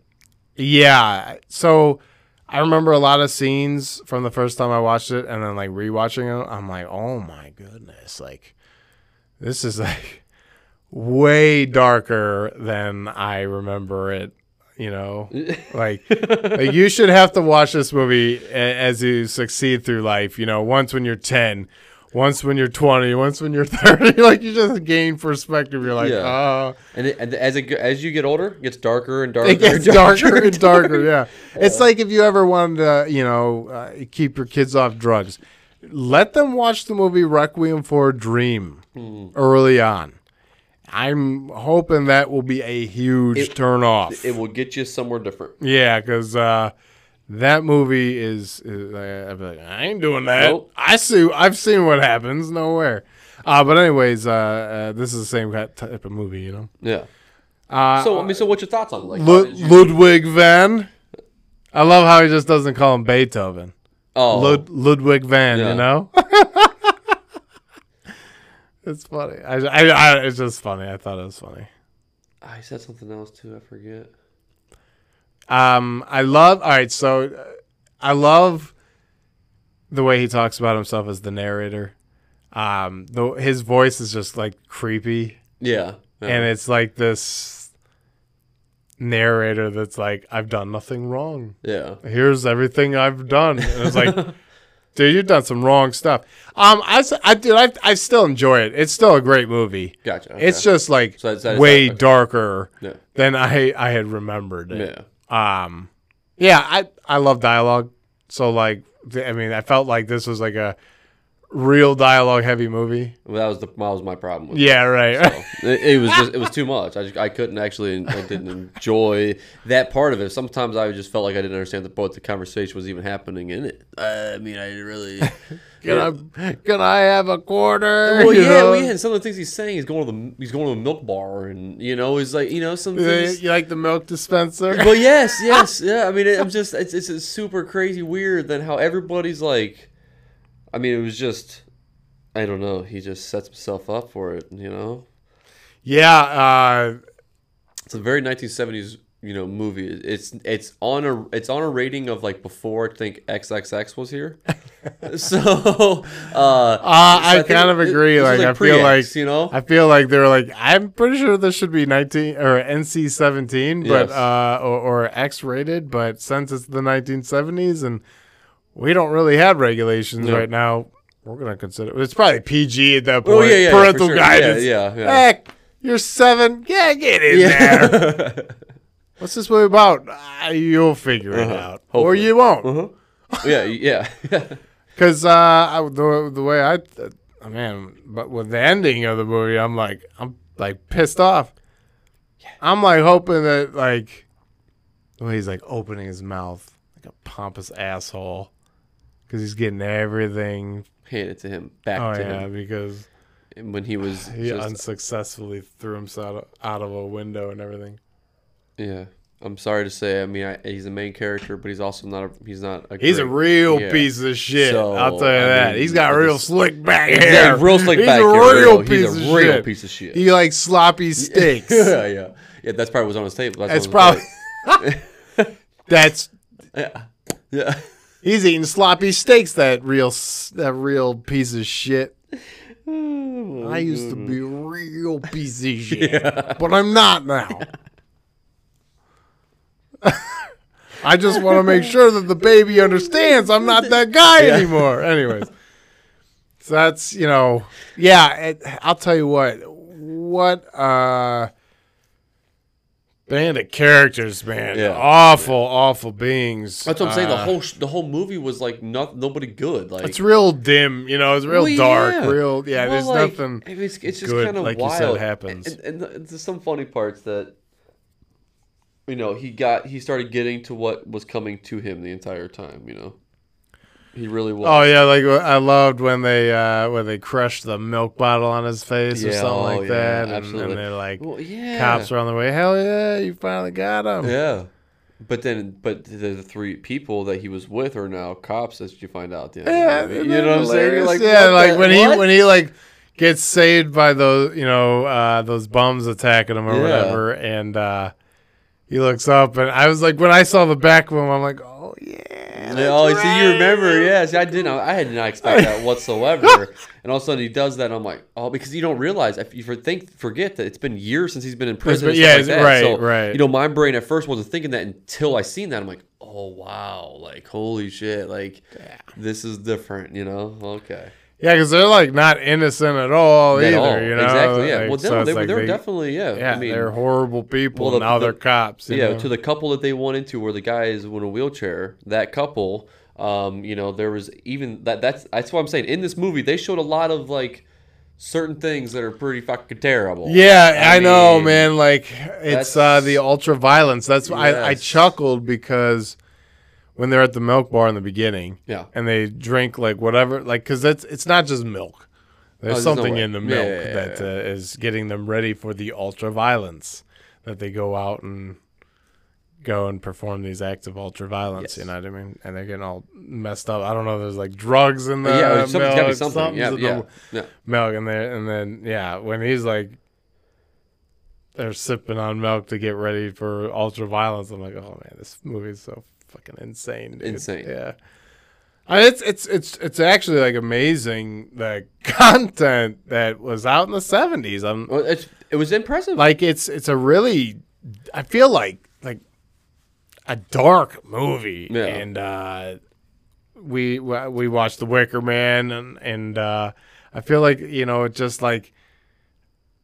yeah. So I remember a lot of scenes from the first time I watched it, and then like rewatching it, I'm like, oh my goodness, like this is like way darker than I remember it. You know, like, like you should have to watch this movie a- as you succeed through life. You know, once when you're ten, once when you're twenty, once when you're thirty. Like you just gain perspective. You're like, Yeah. oh, And, it, and as it go- as you get older, it gets darker and darker. it gets and darker and darker. Yeah, it's like if you ever wanted to, you know, uh, keep your kids off drugs, let them watch the movie Requiem for a Dream Hmm. early on. I'm hoping that will be a huge It- turnoff. It will get you somewhere different. yeah, because uh, that movie is. is I, I'd be like, I ain't doing that. Nope. I see. I've seen what happens. Nowhere. Uh, but anyways, uh, uh, this is the same type of movie, you know. Yeah. Uh, So I mean, so what's your thoughts on it? like? how Lu- did you- Ludwig van. I love how he just doesn't call him Beethoven. oh, Lud- Ludwig van, Yeah. you know? it's funny. I, I, I, it's just funny. I thought it was funny. I Ah, said something else too. I forget. Um, I love. All right, so uh, I love the way he talks about himself as the narrator. Um, the, his voice is just like creepy. Yeah. yeah. and it's like this narrator that's like, I've done nothing wrong. yeah. Here's everything I've done. And it's like, dude, you've done some wrong stuff. Um, I, s- I dude, I, I still enjoy it. It's still a great movie. Gotcha. It's okay. just like So it's- that is- way okay. darker Yeah. than I I had remembered it. yeah. Um, yeah, I I love dialogue. So like, th- I mean, I felt like this was like a real dialogue heavy movie. Well, that was the that was my problem. With Yeah, right. it, it was just it was too much. I, just, I couldn't actually I didn't enjoy that part of it. Sometimes I just felt like I didn't understand the what the conversation was even happening in it. I mean, I didn't really. Can I can I have a quarter? Well, You yeah, know? well, yeah. And some of the things he's saying, he's going to the he's going to a milk bar, and you know, he's like you know some Uh, things. You like the milk dispenser? Well, yes, yes, yeah. I mean, it, I'm just it's it's it's super crazy weird than how everybody's like. I mean, it was just. I don't know. He just sets himself up for it, you know. yeah, uh, it's a very 1970s you know movie it's it's on a it's on a rating of like before i think xxx was here so uh, uh, so I, think kind of it- agree. this was, Like, I feel pre-X, like you know I feel like they're like I'm pretty sure this should be 19 or NC 17, but Yes. uh, or, or X rated. But since it's the 1970s and we don't really have regulations No. right now, we're gonna consider it's probably PG at that point. oh yeah, yeah for parental sure. guidance. yeah yeah, Heck, you're seven. Yeah, get in yeah. there. yeah. What's this movie about? Ah, you'll figure it Uh-huh. out, or Hopefully. you won't. Uh-huh. yeah yeah Because uh, I- the the way I, th- oh, man, but with the ending of the movie, I'm like, I'm like pissed off. I'm like hoping that like, the way he's like opening his mouth like a pompous asshole, because he's getting everything. hand it to him back Oh to yeah, him because And when he was he just, unsuccessfully threw himself out of a window and everything. yeah i'm sorry to say i mean I, he's the main character but he's also not a he's not a He's a great- real Yeah. piece of shit. So, I'll tell you I that. mean, he's got it real is- slick back hair. yeah, real slick he's back a here, real real. piece he's of a real shit. piece of shit He likes sloppy sticks. yeah, yeah, yeah. That's probably what's on his table. That's what was probably that's on his table. yeah, he's eating sloppy steaks. That real s- that real piece of shit. yeah. I used to be a real piece of shit, but I'm not now. I just want to make sure that the baby understands I'm not that guy anymore. Anyways, so that's you know, yeah. It, I'll tell you what. What uh, band of characters, man. Yeah. Awful, awful beings. That's what I'm saying. The Uh, whole sh- the whole movie was like not nobody good. Like It's real dim, you know. It's real Well, dark. yeah. Real, yeah. Well, there's like, nothing. I mean, it's, it's just good, kind of like you wild. said, happens. And, and, and there's some funny parts that you know he got. He started getting to what was coming to him the entire time. You know, he really was. Oh yeah, like wh- I loved when they uh when they crushed the milk bottle on his face or Yeah, something oh, like yeah, that, and, absolutely. and they're like, Well, yeah. cops are on the way. Hell yeah, you finally got him. Yeah. But then, but the, the three people that he was with are now cops, as you find out. at the end Yeah, of the movie. you know what I'm saying? You're hilarious. like, yeah, what like the- when he what? when he like gets saved by those you know uh, those bums attacking him or Yeah. whatever, and uh, he looks up, and I was like, when I saw the back of him, I'm like, oh yeah, Yeah, oh, see, you remember? Yeah, see, I didn't. I had not expect that whatsoever. and all of a sudden, he does that. And I'm like, oh, because you don't realize if you for- think forget that it's been years since he's been in prison. been- and stuff yeah, like that. right, So, right. You know, my brain at first wasn't thinking that until I seen that. I'm like, oh wow, like holy shit, like this is different. You know? Okay. yeah, because they're like not innocent at all At either, all. you know? exactly. Yeah. Like, well, so no, it's they, like they were they- definitely yeah. Yeah, I mean, they're horrible people. well, the- now the- they're cops. you yeah, know? to the couple that they went into, where the guy is in a wheelchair. That couple, um, you know, there was even that. That's that's what I'm saying. In this movie, they showed a lot of like certain things that are pretty fucking terrible. Yeah, I, I know, mean, man. Like it's uh, that's- the ultra violence. That's why I, I Yes. chuckled because when they're at the milk bar in the beginning, Yeah. and they drink like whatever, like because that's it's not just milk. There's Oh, there's no something way. in the Yeah, milk yeah, yeah, that Uh, is getting them ready for the ultra violence that they go out and go and perform these acts of ultra violence. You Yes. know what I mean? And they're getting all messed up. I don't know. There's like drugs in the yeah, yeah, or something's gotta be something. Uh, something's Yeah, in the yeah, yeah. milk and there and then yeah when he's like they're sipping on milk to get ready for ultra violence i'm like oh man this movie is so fucking insane dude. Insane. yeah I mean, it's it's it's it's actually like amazing the content that was out in the 70s i'm Well, it's it was impressive. like it's it's a really i feel like like a dark movie Yeah. and uh we we watched the wicker man and and uh i feel like you know it just like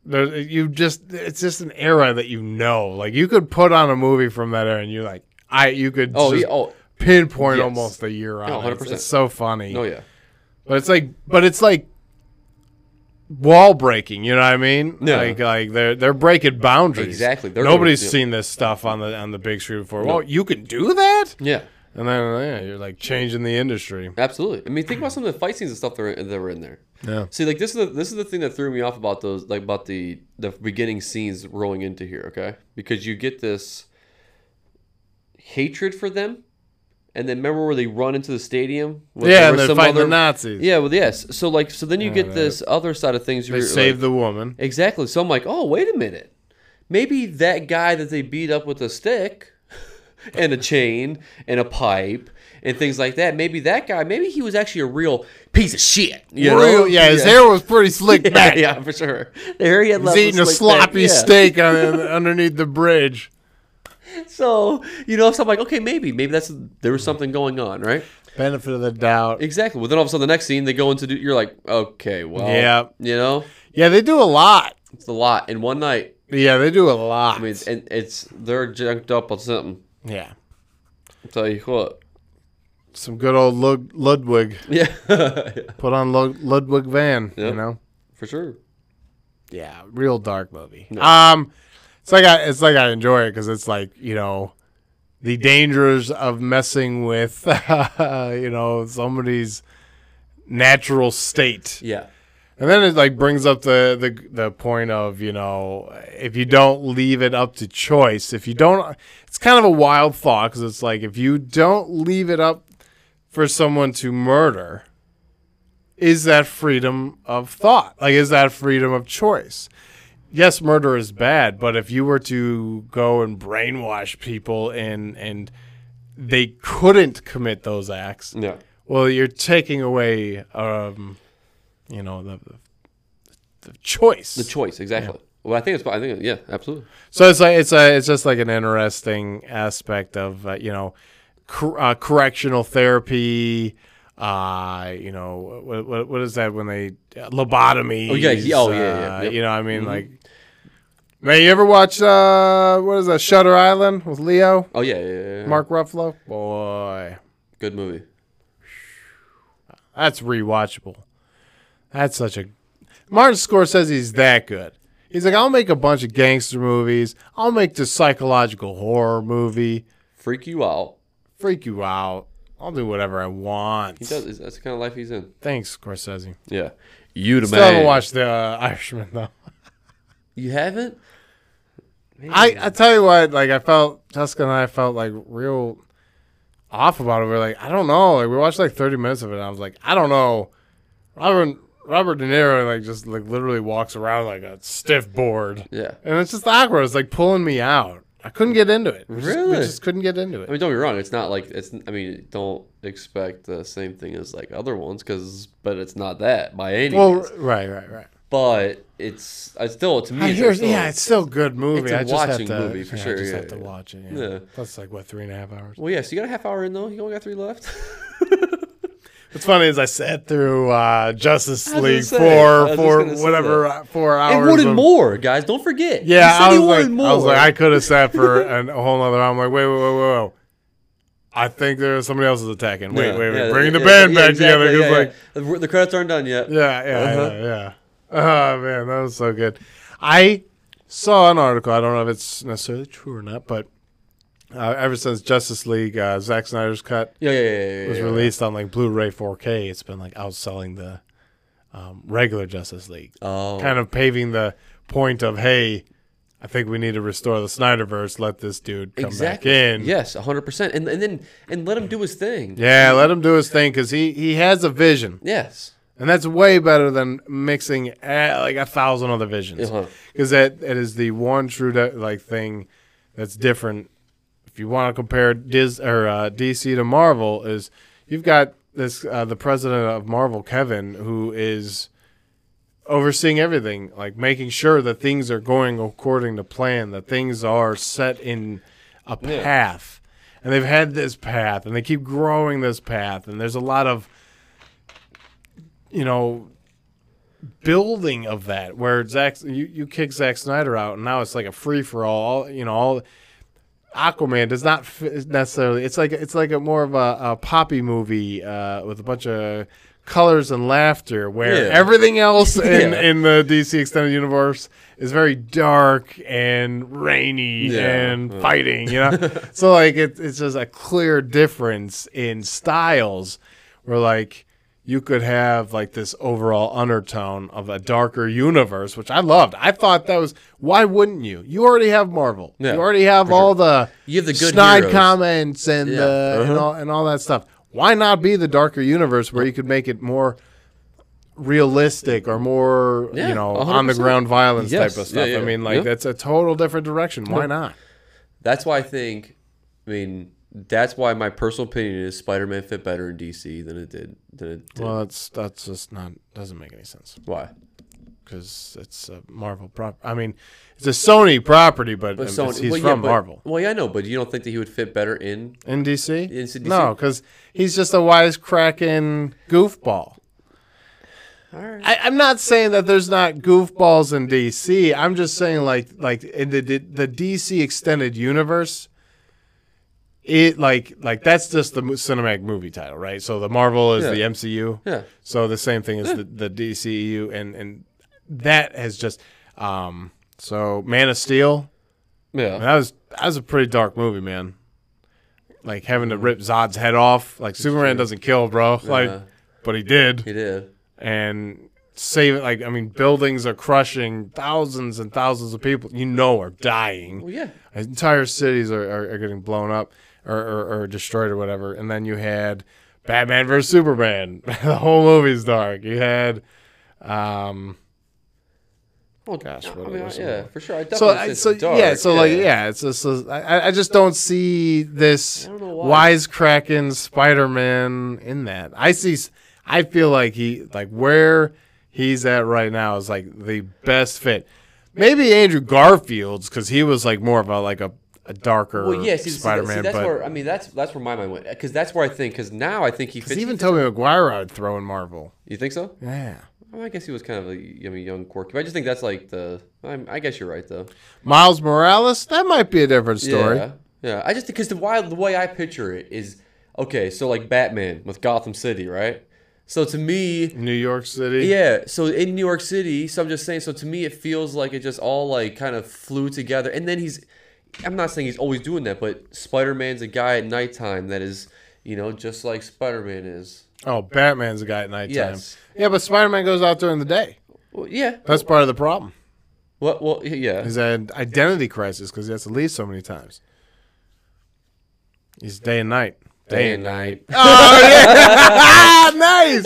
there you just it's just an era that you know like you could put on a movie from that era and you're like i you could oh, just yeah, oh, pinpoint Yes. almost a year on No, it. It's- 100%. it's so funny no, yeah. but it's like, but it's like wall breaking. You know what I mean? Yeah. Like, like they're they're breaking boundaries. Exactly. They're Nobody's doing- seen this stuff on the on the big screen before. Well, you can do that, Yeah, and then yeah, you're like changing the industry. absolutely. I mean, think about some of the fight scenes and stuff that were, that were in there. Yeah. See, like this is the this is the thing that threw me off about those like about the the beginning scenes rolling into here, okay? Because you get this hatred for them, and then remember where they run into the stadium? With, yeah, where and they're some fighting other- the Nazis. Yeah, well, yes. So like, so then you get this other side of things. They You're save like, the woman. exactly. So I'm like, oh, wait a minute, maybe that guy that they beat up with a stick and a chain and a pipe. And things like that. Maybe that guy. Maybe he was actually a real piece of shit. You know? Real- yeah, his hair was pretty slick Yeah, back. yeah, for sure. The area He's eating a sloppy steak on, underneath the bridge. So you know, so I'm like, okay, maybe, maybe that's there was something going on, right? Benefit of the doubt. Exactly. Well, then all of a sudden, the next scene they go into, do, you're like, okay, well, Yeah. you know, Yeah, they do a lot. it's a lot in one night. Yeah, they do a lot. I mean, it's, and it's they're junked up on something. yeah, I'll tell you what, some good old Lud- Ludwig. yeah, Yeah, put on Lud- Ludwig Van, you Yep. know. for sure. Yeah, real dark movie. Um, it's like I, it's like I enjoy it because it's like you know, the dangers of messing with, you know, somebody's natural state, Yeah, and then it like brings up the the the point of you know, if you don't leave it up to choice, if you don't, it's kind of a wild thought because it's like if you don't leave it up for someone to murder is that freedom of thought? Like, is that freedom of choice? Yes, murder is bad, but if you were to go and brainwash people and and they couldn't commit those acts, yeah, well, you're taking away, um, you know, the, the, the choice. the choice exactly. Well, I think it's. I think yeah, absolutely. So it's like it's a it's just like an interesting aspect of uh, you know cor- uh, correctional therapy. Uh, you know what, what what is that when they lobotomy? Oh, yeah, yeah, oh, yeah, yeah, yep. Mm-hmm. You know I mean like. Man, you ever watch uh what is that Shutter Island with Leo, Oh yeah, yeah, yeah, yeah. Mark Ruffalo? Boy, good movie. that's rewatchable. That's such a Martin Scorsese is that good. He's like, I'll make a bunch of gangster movies. I'll make this psychological horror movie. Freak you out. freak you out. I'll do whatever I want. He does. it's- That's the kind of life he's in. Thanks, Scorsese. Yeah. You the Still haven't watched The uh, Irishman though. You haven't. I, I tell you what, like I felt Jessica and I felt like real off about it. We were like, I don't know. Like we watched like 30 minutes of it, and I was like, I don't know. Robert Robert De Niro like just like literally walks around like a stiff board, Yeah. and it's just awkward. It's like pulling me out. I couldn't get into it. We just- we Really? just couldn't get into I it. mean, don't be wrong. It's not like it's. I mean, don't expect the same thing as like other ones, because but it's not that by any. Well, means. right, right, right. but it's. I still to me. I it's oh. hear, still- yeah, it's still a good movie. it's a I just watching have to, movie for yeah, sure, I just yeah, have to yeah. watch it. Yeah. Yeah. That's like what three and a half hours. Well, yeah. So you got a half hour in though. You only got three left. What's funny is I sat through uh, Justice I was League gonna say, for I was for just gonna say whatever uh, four and hours. wanted of- more, guys. Don't forget. Yeah, He said I he was, like, wanted more. I was like, I could have sat for an, a whole other. hour. I'm like, wait, wait, wait, wait, wait. I think there's somebody else is attacking. Wait, Yeah, wait, wait. yeah, Bringing the yeah, band yeah, back exactly, together. 'cause, yeah, like, yeah. The- the credits aren't done yet. yeah, yeah, Uh-huh. yeah, yeah. Oh man, that was so good. I saw an article. I don't know if it's necessarily true or not, but uh, ever since Justice League, uh, Zack Snyder's cut Yeah, yeah, yeah, yeah. yeah, was yeah. released on like Blu-ray 4K, it's been like outselling the um, regular Justice League, Oh, kind of paving the point of hey, I think we need to restore the Snyderverse. Let this dude come exactly. back in. Yes, hundred percent. And and then and let him do his thing. Yeah, let him do his thing because he, he has a vision, Yes. and that's way better than mixing eh, like a thousand other visions. Uh-huh. because that that is the one true de- like thing that's different. If you want to compare Dis or uh, DC to Marvel, is you've got this uh, the president of Marvel, Kevin, who is overseeing everything, like making sure that things are going according to plan, that things are set in a Yeah. path, and they've had this path, and they keep growing this path, and there's a lot of you know building of that where Zack you, you kick Zack Snyder out and now it's like a free for all. You know, all Aquaman does not fit necessarily. It's like it's like a more of a, a poppy movie uh, with a bunch of colors and laughter where Yeah. everything else in, Yeah. in the DC extended universe is very dark and rainy Yeah. and Yeah. fighting, you know? so like it, it's just a clear difference in styles where like you could have like this overall undertone of a darker universe, which I loved. I thought that was why wouldn't you? You already have Marvel. Yeah, you already have all the You have the good snide heroes. comments and Yeah. Uh-huh. the and all and all that stuff. Why not be the darker universe where you could make it more realistic or more Yeah, you know 100%. on the ground violence Yes. type of Yeah, stuff? yeah, I mean, like yeah. that's a total different direction. Why not? That's why I think. I mean, that's why my personal opinion is Spider-Man fit better in DC than it did. Than it did. Well, it's that's just not doesn't make any sense why? because it's a Marvel prop. I mean, it's a Sony property, but, um, But it's- Sony- he's well, yeah, from but- Marvel. Well, yeah, I know, but you don't think that he would fit better in? In DC? In DC? No, because he's just a wisecracking goofball. All right. I, I'm not saying that there's not goofballs in DC. I'm just saying like like in the the DC extended universe, it like like that's just the mo- cinematic movie title, right? So the Marvel is Yeah. the MCU. Yeah. So the same thing as the, the DCEU and and that has just um so Man of Steel, Yeah. that was that was a pretty dark movie, man. Like having to rip Zod's head off. Like Superman doesn't kill, bro. Like, Yeah. but he did. He did. And save it. Like, I mean, buildings are crushing. Thousands and thousands of people, you know, are dying. Well, yeah. Entire cities are, are, are getting blown up or, or, or destroyed or whatever. And then you had Batman versus Superman. the whole movie's dark. You had, um, Well, Gosh, I what mean, was yeah, for sure. I so, definitely I, think so it's dark. yeah, so like yeah, it's just uh, I, I just don't see this I don't know why. wisecracking Spider-Man in that. I see, s- I feel like he like where he's at right now is like the best fit. Maybe Andrew Garfield's because he was like more of a like a, a darker Well, yeah, see, see, Spider-Man. see, that's but where I mean that's that's where my mind went because that's where I think because now I think he because fits. even Tobey Maguire, I'd throw in Marvel. you think so? Yeah. Well, I guess he was kind of a I mean, young quirky. But I just think that's like the. I'm, I guess you're right though. Miles Morales, that might be a different story. Yeah, yeah. I just because the wild the way I picture it is okay. So like Batman with Gotham City, right? So to me, New York City. yeah. So in New York City, so I'm just saying. So to me, it feels like it just all like kind of flew together. And then he's, I'm not saying he's always doing that, but Spider Man's a guy at nighttime that is, you know, just like Spider Man is. Oh, Batman's a guy at nighttime. Yes. Yeah, but Spider-Man goes out during the day. Well, yeah. That's part of the problem. Well, well, yeah. Is an identity crisis because he has to leave so many times. He's day and night. Day and night. Oh yeah! nice.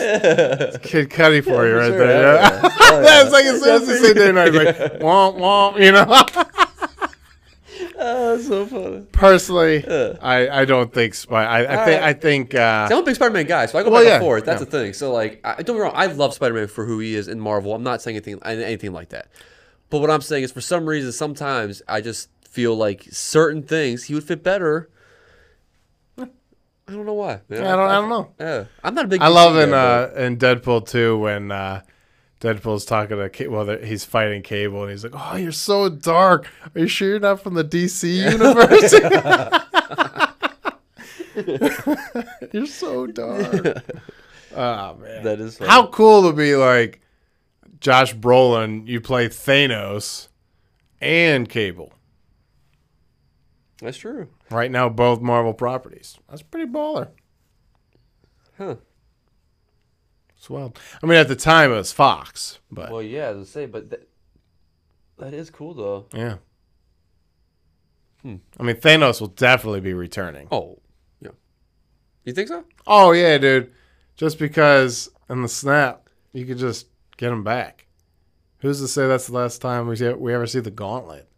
It's Kid Cudi for you right sure, there. yeah, Yeah. That's like as soon as you say day and night, it's like womp womp. You know. Oh, that's so funny. Personally, Yeah. I, I don't think Spy. I, I think I think uh, I'm a big Spider-Man guy, so I go Well, back yeah, and forth. That's yeah. the thing. So like, I, don't get me wrong. I love Spider-Man for who he is in Marvel. I'm not saying anything anything like that. But what I'm saying is, for some reason, sometimes I just feel like certain things he would fit better. I don't know why. man. I don't I don't know. Yeah, I'm not a big. I DC love in guy, uh, in Deadpool too when uh, Deadpool's talking to Ca- well they're- he's fighting Cable and he's like, "Oh, you're so dark. Are you sure you're not from the DC universe? you're so dark." oh but man, that is funny. how cool to be like Josh Brolin? You play Thanos and Cable That's true. right now, both Marvel properties. That's pretty baller. Huh. It's wild. I mean, at the time it was Fox, but Well, yeah, as I say, but that, that is cool though. Yeah. I mean, Thanos will definitely be returning. Oh, yeah. You think so? Oh yeah, dude. Just because in the snap, you could just get him back. Who's to say that's the last time we see, we ever see the Gauntlet?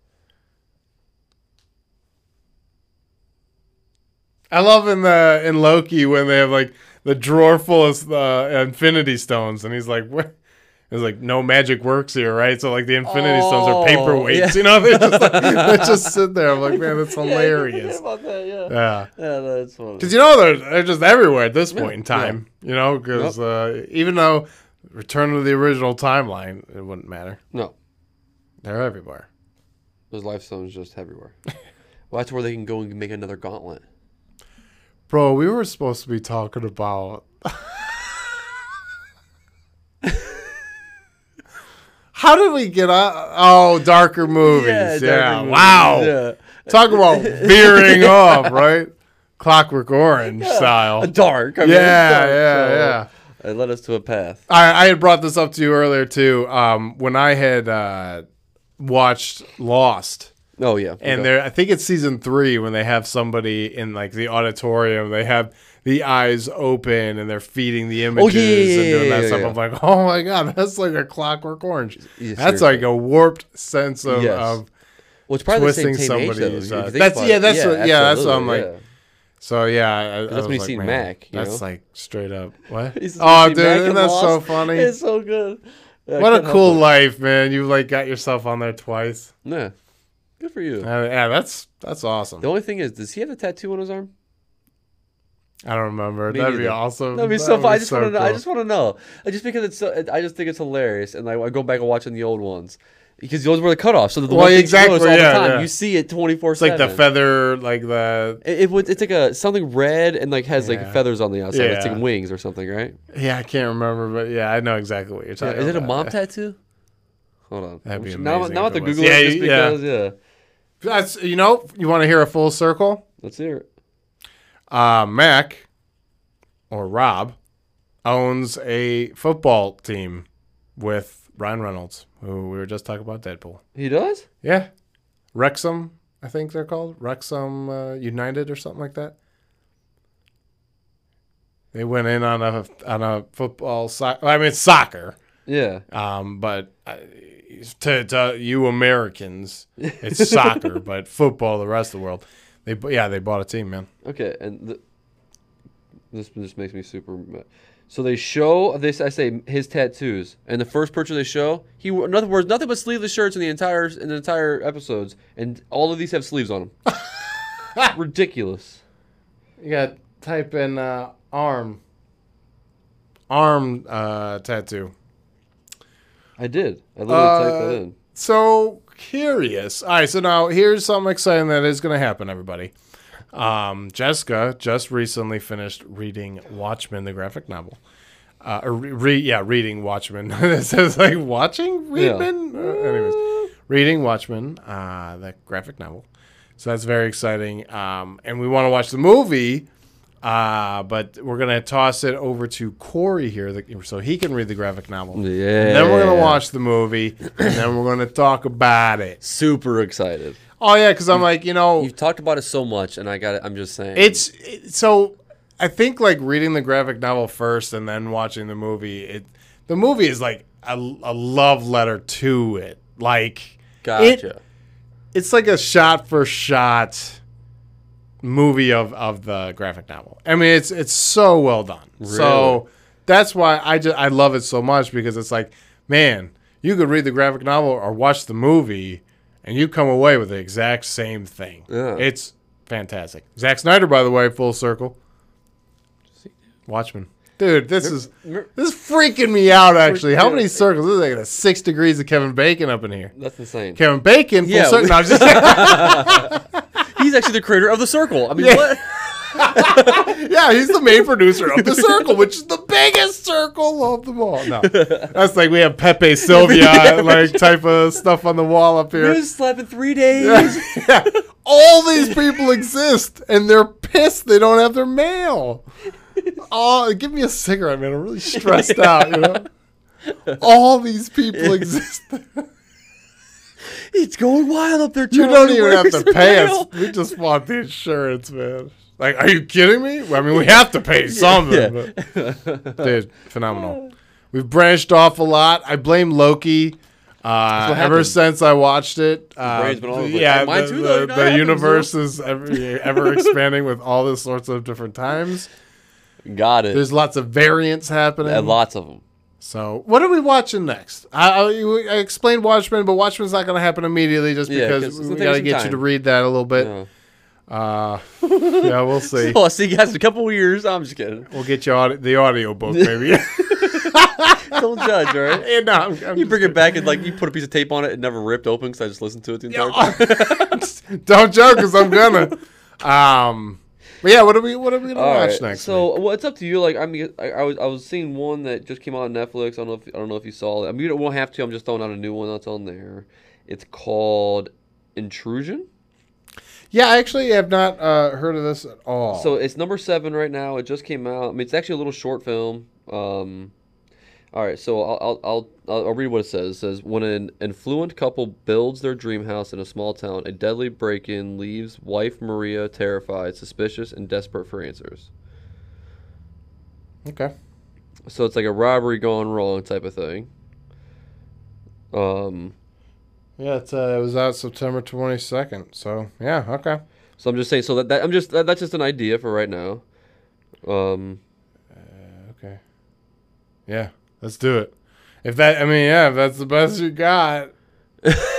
I love in the in Loki when they have like the drawer full of uh, Infinity Stones, and he's like, "What?" It's like no magic works here, right? So like the Infinity Stones Oh, are paperweights, yeah. you know? They just like, they just sit there. I'm like, man, that's hilarious. about that. Yeah. Yeah. yeah, that's funny. Because you know they're, they're just everywhere at this point in time. You know, because uh, even though Return to the original timeline, it wouldn't matter. No, They're everywhere. Those life stones just everywhere. well, that's where they can go and make another gauntlet. Bro, we were supposed to be talking about how did we get on? Oh, darker movies. Yeah, wow. Talk about veering off, right? Clockwork Orange style. A dark. I mean, Yeah, it's dark, yeah, so uh, yeah. It led us to a path. I, I had brought this up to you earlier too. Um, when I had uh, watched Lost, Oh yeah. and there, I think it's season three when they have somebody in like the auditorium. They have the eyes open and they're feeding the images Oh, yeah, yeah, and doing yeah, that yeah, stuff. yeah. I'm like, oh my god, that's like a Clockwork Orange. Yeah, that's seriously. like a warped sense of. Yes. of well, it's probably the same twisting tame age, though, somebody's, if uh, you think that's- about yeah, it. that's what- yeah, that's what I'm absolutely, like, so yeah, I, I was when you like, see man, Mac, you that's know? like straight up what? He says, oh, "You see dude, Mac isn't in that so Lost? funny? It's so good. Yeah, I what can't a help cool it. life, man! You like got yourself on there twice. Yeah. Good for you. Uh, yeah, that's that's awesome. The only thing is, does he have a tattoo on his arm? I don't remember. Me That'd be neither. awesome. That'd be so. fun. I just want to. know. I cool. just want to know. Uh, Just because it's. So, I just think it's hilarious, and I, I go back and watch on the old ones because those were the cutoffs. So the Well, one thing you exactly, notice all yeah, the time, yeah. you see it twenty four It's like seven. the feather, like the It, it would. It's like a something red and like has Yeah. like feathers on the outside. It's Yeah. like wings or something, right? yeah. I can't remember, but yeah, I know exactly what you're Yeah, talking. Is it a about. mom tattoo? Hold on. That'd be I'm- now, amazing now I if have to it was. Google Yeah, it just you- yeah. because. Yeah. That's you know. You want to hear a full circle? Let's hear it. Uh, Mac or Rob owns a football team with Ryan Reynolds, who we were just talking about Deadpool. He does. Yeah, Wrexham, I think they're called Wrexham uh, United or something like that. They went in on a on a football soccer. I mean soccer, Yeah. um, but uh, to, to you Americans, it's soccer. But football, the rest of the world, they bu- yeah they bought a team, man. Okay. And the, this this makes me super. ma- So they show this. I say his tattoos, and the first picture they show, he wore- in other words nothing but sleeveless shirts in the entire in the entire episodes, and all of these have sleeves on them. Ridiculous. You got type in uh, arm. Arm uh, tattoo. I did. I literally typed that Uh, in. So curious. All right, so now here's something exciting that is going to happen, everybody. Um, Jessica just recently finished reading Watchmen, the graphic novel. Uh, or re- re- yeah, reading Watchmen. it says like watching Readman. Uh, anyways, reading Watchmen, uh, the graphic novel. So that's very exciting. Um, and we want to watch the movie. Uh, but we're gonna toss it over to Corey here, the, so he can read the graphic novel. Yeah. And then we're gonna watch the movie, and then we're gonna talk about it. Super excited. Oh yeah, because I'm like, you know, You've talked about it so much, and I got. I'm just saying. it's it, so. I think like reading the graphic novel first and then watching the movie. It the movie is like a, a love letter to it. Like gotcha. it- it's like a shot for shot movie of of the graphic novel. I mean, it's it's so well done. So that's why I just I love it so much because it's like, man, you could read the graphic novel or watch the movie, and you come away with the exact same thing. Yeah. It's fantastic. Zack Snyder, by the way, full circle. Watchmen. Dude, this is mer- this is freaking me out. Actually, how Dude. many circles? This is like a six degrees of Kevin Bacon up in here. That's insane. Kevin Bacon. Full Yeah, circle. we- No, I'm just He's actually the creator of the circle. I mean, Yeah. what? Yeah, he's the main producer of the Circle, which is the biggest circle of them all. No, that's like we have Pepe Sylvia like type of stuff on the wall up He here. was slept in three days. Yeah. All these people exist, and they're pissed they don't have their mail. Oh, give me a cigarette, man! I'm really stressed out. You know, all these people exist. It's going wild up there. You Charlie. don't even have Where's to your pay us. mail? We just want the insurance, man. Like, are you kidding me? I mean, we have to pay something. but- Dude, phenomenal. We've branched off a lot. I blame Loki. Uh, ever what happened. since I watched it, uh, brain's been all over the place. yeah, Mine the, too, the- though, you know, the it happens, universe is ever, ever expanding with all these sorts of different times. Got it. There's lots of variants happening. And lots of them. So, what are we watching next? I, I, you- I explained Watchmen, but Watchmen's not going to happen immediately just Yeah, 'cause because it's we gonna got to take get some you to time. read that a little bit. No. Uh, yeah, we'll see. Oh, I'll see you guys in a couple of years. I'm just kidding. We'll get you audi- the audio book, maybe. Don't judge, all right? and, no, I'm- I'm You just bring it kidding. back and like you put a piece of tape on it. It never ripped open because I just listened to it the entire time. Don't joke, cause I'm gonna. Um, but yeah, what are we? What are we gonna All watch right, next? So well, it's up to you. Like I mean, I, I was I was seeing one that just came out on Netflix. I don't know if I don't know if you saw it. I mean, you don't- won't have to. I'm just throwing out a new one that's on there. It's called Intrusion. week? yeah, I actually have not uh, heard of this at all. So it's number seven right now. It just came out. I mean, it's actually a little short film. Um, all right, so I'll, I'll, I'll, I'll I'll read what it says. It says, When an affluent couple builds their dream house in a small town, a deadly break in leaves wife Maria terrified, suspicious, and desperate for answers. okay, So it's like a robbery gone wrong type of thing. Um, yeah, it's, uh, it was out September 22nd. So yeah, okay. so I'm just saying, so that, that I'm just that, that's just an idea for right now. Um, Okay. Yeah, let's do it. If that, I mean, yeah, if that's the best you got, I'm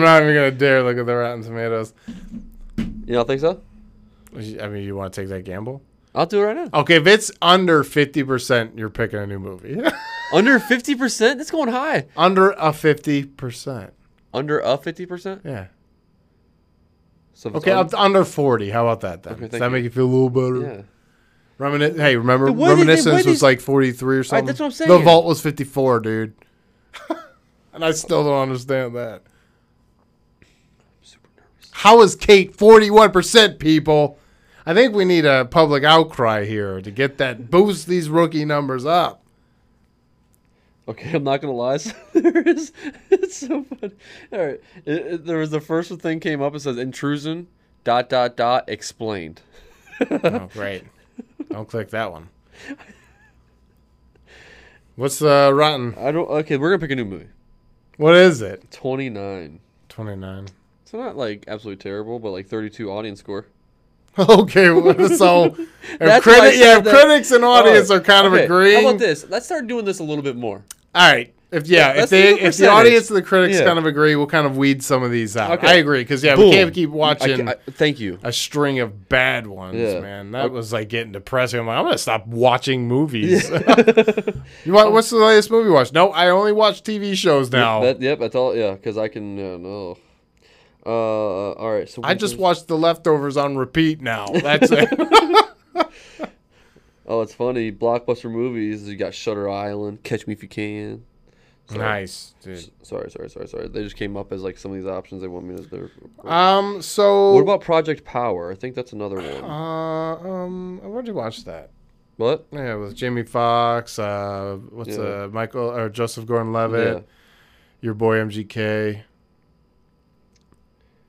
not even gonna dare look at the Rotten Tomatoes. you don't think so? I mean, you want to take that gamble? I'll do it right now. Okay, if it's under 50%, you're picking a new movie. Under fifty percent, that's going high. under a 50%. Under a fifty percent. Yeah. So if it's Okay, un- up to under 40. How about that then? Okay, Does thank that you. make you feel a little better? yeah. Remini- hey, remember But what is it- Reminiscence what was is- like 43 or something? that's what I'm The saying. Vault was 54, dude. and I still don't understand that. Super nervous. How is Kate 41%, people? I think we need a public outcry here to get that boost these rookie numbers up. Okay, I'm not gonna lie. So there is, it's so funny. All right, it, it- there was the first thing came up. It says intrusion dot dot dot explained. Oh, great. Don't click that one. What's the rotten? I don't. Okay, we're gonna pick a new movie. What is it? Twenty nine. 29. So not like absolutely terrible, but like 32 audience score. Okay, well, so if That's why I criti- yeah, said if that- Oh, critics and audience are kind of Okay, agreeing. How about this? Let's start doing this a little bit more. All right. If yeah, if let's they do the if the percentage. audience and the critics Yeah. kind of agree, we'll kind of weed some of these out. Okay. I agree because yeah, Boom. we can't keep I ca- watching I- thank you. a string of bad ones, Yeah. man. That was like getting depressing. I'm like, I'm gonna stop watching movies. you want, what's the latest movie you watched? No, I only watch TV shows now. That, yep, that's all. Yeah, because I can. Uh, no. Uh, all right. So I just watched The Leftovers on repeat now. That's it. Oh, it's funny. Blockbuster movies. You got Shutter Island, Catch Me If You Can. nice, dude. Sorry, sorry, sorry, sorry. They just came up as like some of these options they want me to. they're- Um, so What about Project Power? I think that's another one. Uh, um, I already watched that. What? Yeah, with Jamie Foxx, uh, what's Yeah. uh, Michael or Joseph Gordon-Levitt, Yeah. your boy MGK.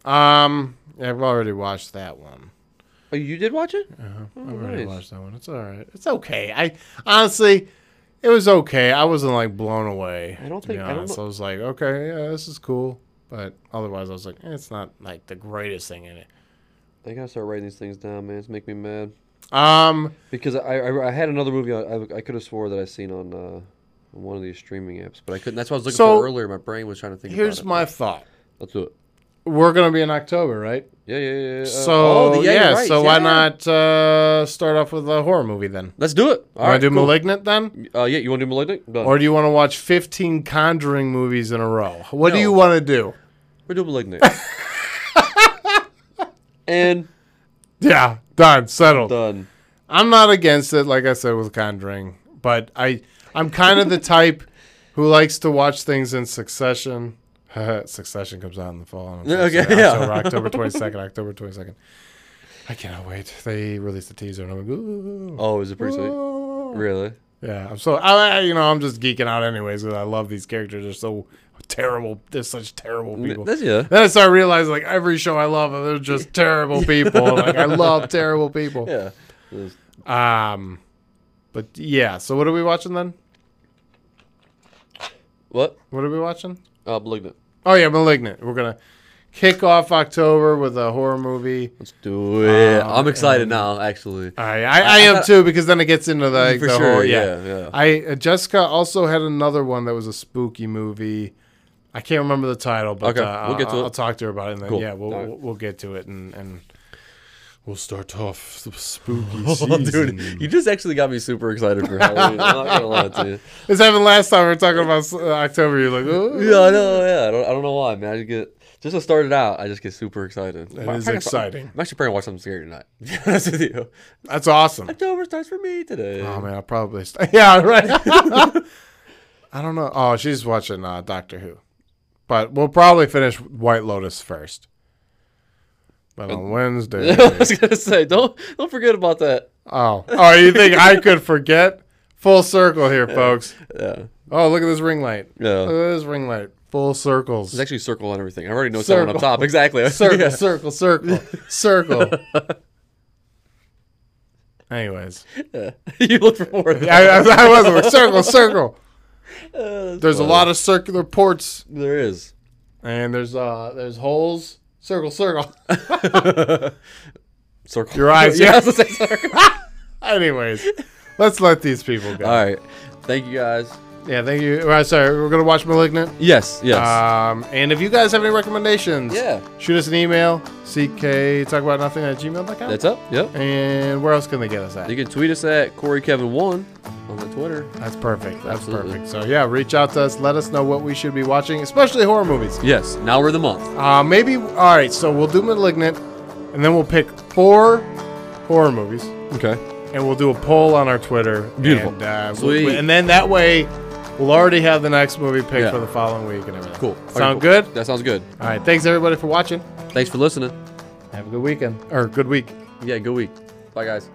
Um, yeah, I've already watched that one. Oh, you did watch it? Uh-huh. Oh, I've already nice. watched that one. It's all right. It's okay. I honestly, it was okay. I wasn't like blown away. I don't to be think- I don't honest. know- I was like, okay, yeah, this is cool. But otherwise, I was like, eh, it's not like the greatest thing in it. I gotta start writing these things down, man. It's making me mad Um, because I I, I had another movie on, I I could have swore that I seen on uh, on one of these streaming apps, but I couldn't. That's what I was looking So, for earlier. My brain was trying to think. here's about it. my thought. Let's do it. We're gonna be in October, right? Yeah, yeah, yeah. yeah. Uh, So oh, the- yeah, you're right, so why yeah. not uh, start off with a horror movie then? Let's do it. All want to right. do cool. *Malignant* then, Uh, yeah, you want to do Malignant? Done. or do you want to watch 15 *Conjuring* movies in a row? What do No. you want to do? We're doing Malignant. and Yeah, done, settled. done. I'm not against it, like I said with *Conjuring*, but I I'm kind of the type who likes to watch things in succession. succession comes out in the fall. On Okay, October, yeah. October 22nd, October 22nd. I cannot wait. They released a teaser, and I'm like, ooh, Oh, is it pretty sweet? ooh. Really? Yeah, I'm so I, I- you know I'm just geeking out anyways because I love these characters. They're so terrible. They're such terrible people. That's yeah. Then I started realizing like every show I love, they're just terrible people. like I love terrible people. Yeah. This- Um, but yeah. So what are we watching then? What? What are we watching? Uh, Malignant. Oh yeah, *Malignant*. We're gonna kick off October with a horror movie. Let's do it. Um, I'm excited and- now, actually. I I, I, I am thought- too because then it gets into the, like, For the sure. horror. yeah. yeah, I uh, Jessica also had another one that was a spooky movie. I can't remember the title, but Okay, uh, we'll get to I'll, it. I'll talk to her about it, and then Cool. yeah, we'll, Alright. we'll we'll get to it, and and we'll start off the spooky Oh, season. dude, you just actually got me super excited for Halloween. I'm not gonna lie to you. This happened last time we were talking about uh, October. You're like, oh, Yeah, I know. Yeah, I don't, I don't know why, man. I just get just to start it out, I just get super excited. That I'm is actually- exciting. I'm actually probably gonna watch something scary tonight. To be honest with you, that's awesome. October starts for me today. Oh man, I'll probably st- yeah right. I don't know. Oh, she's watching uh, Doctor Who, but we'll probably finish White Lotus first. But Uh, on Wednesday, I was gonna say, don't don't forget about that. Oh, oh, you think I could forget? Full circle here, folks. Yeah, Oh, look at this ring light. yeah. Look at this ring light. Full circles. It's actually circle on everything. I already know someone Circle. up top. Exactly. Circle, Yeah. circle, circle, circle. Anyways, you look for more. Of that. I, I, I wasn't like, circle, circle. Uh, There's a lot of circular ports, There is. and there's uh, there's holes. Circle, circle. Circle. Your eyes, yeah. yeah. I was gonna say circle. Anyways, let's let these people go. All right. Thank you guys. Yeah, thank you. Well, sorry, we're gonna watch *Malignant*. Yes. Yes. Um, and if you guys have any recommendations, yeah. shoot us an email ck talk about nothing at gmail.com That's up. Yep. and where else can they get us at You can tweet us at Corey Kevin One on the Twitter. that's perfect that's Absolutely. perfect so yeah reach out to us let us know what we should be watching especially horror movies Yes. Now we're the month. uh, maybe all right so we'll do malignant and then we'll pick four horror movies Okay. and we'll do a poll on our twitter Beautiful. and, uh, Sweet. we- and then that way we'll already have the next movie picked Yeah. for the following week and everything Cool. sound Alright, cool. good That sounds good. all right thanks everybody for watching Thanks for listening. have a good weekend or good week Yeah. Good week. Bye guys.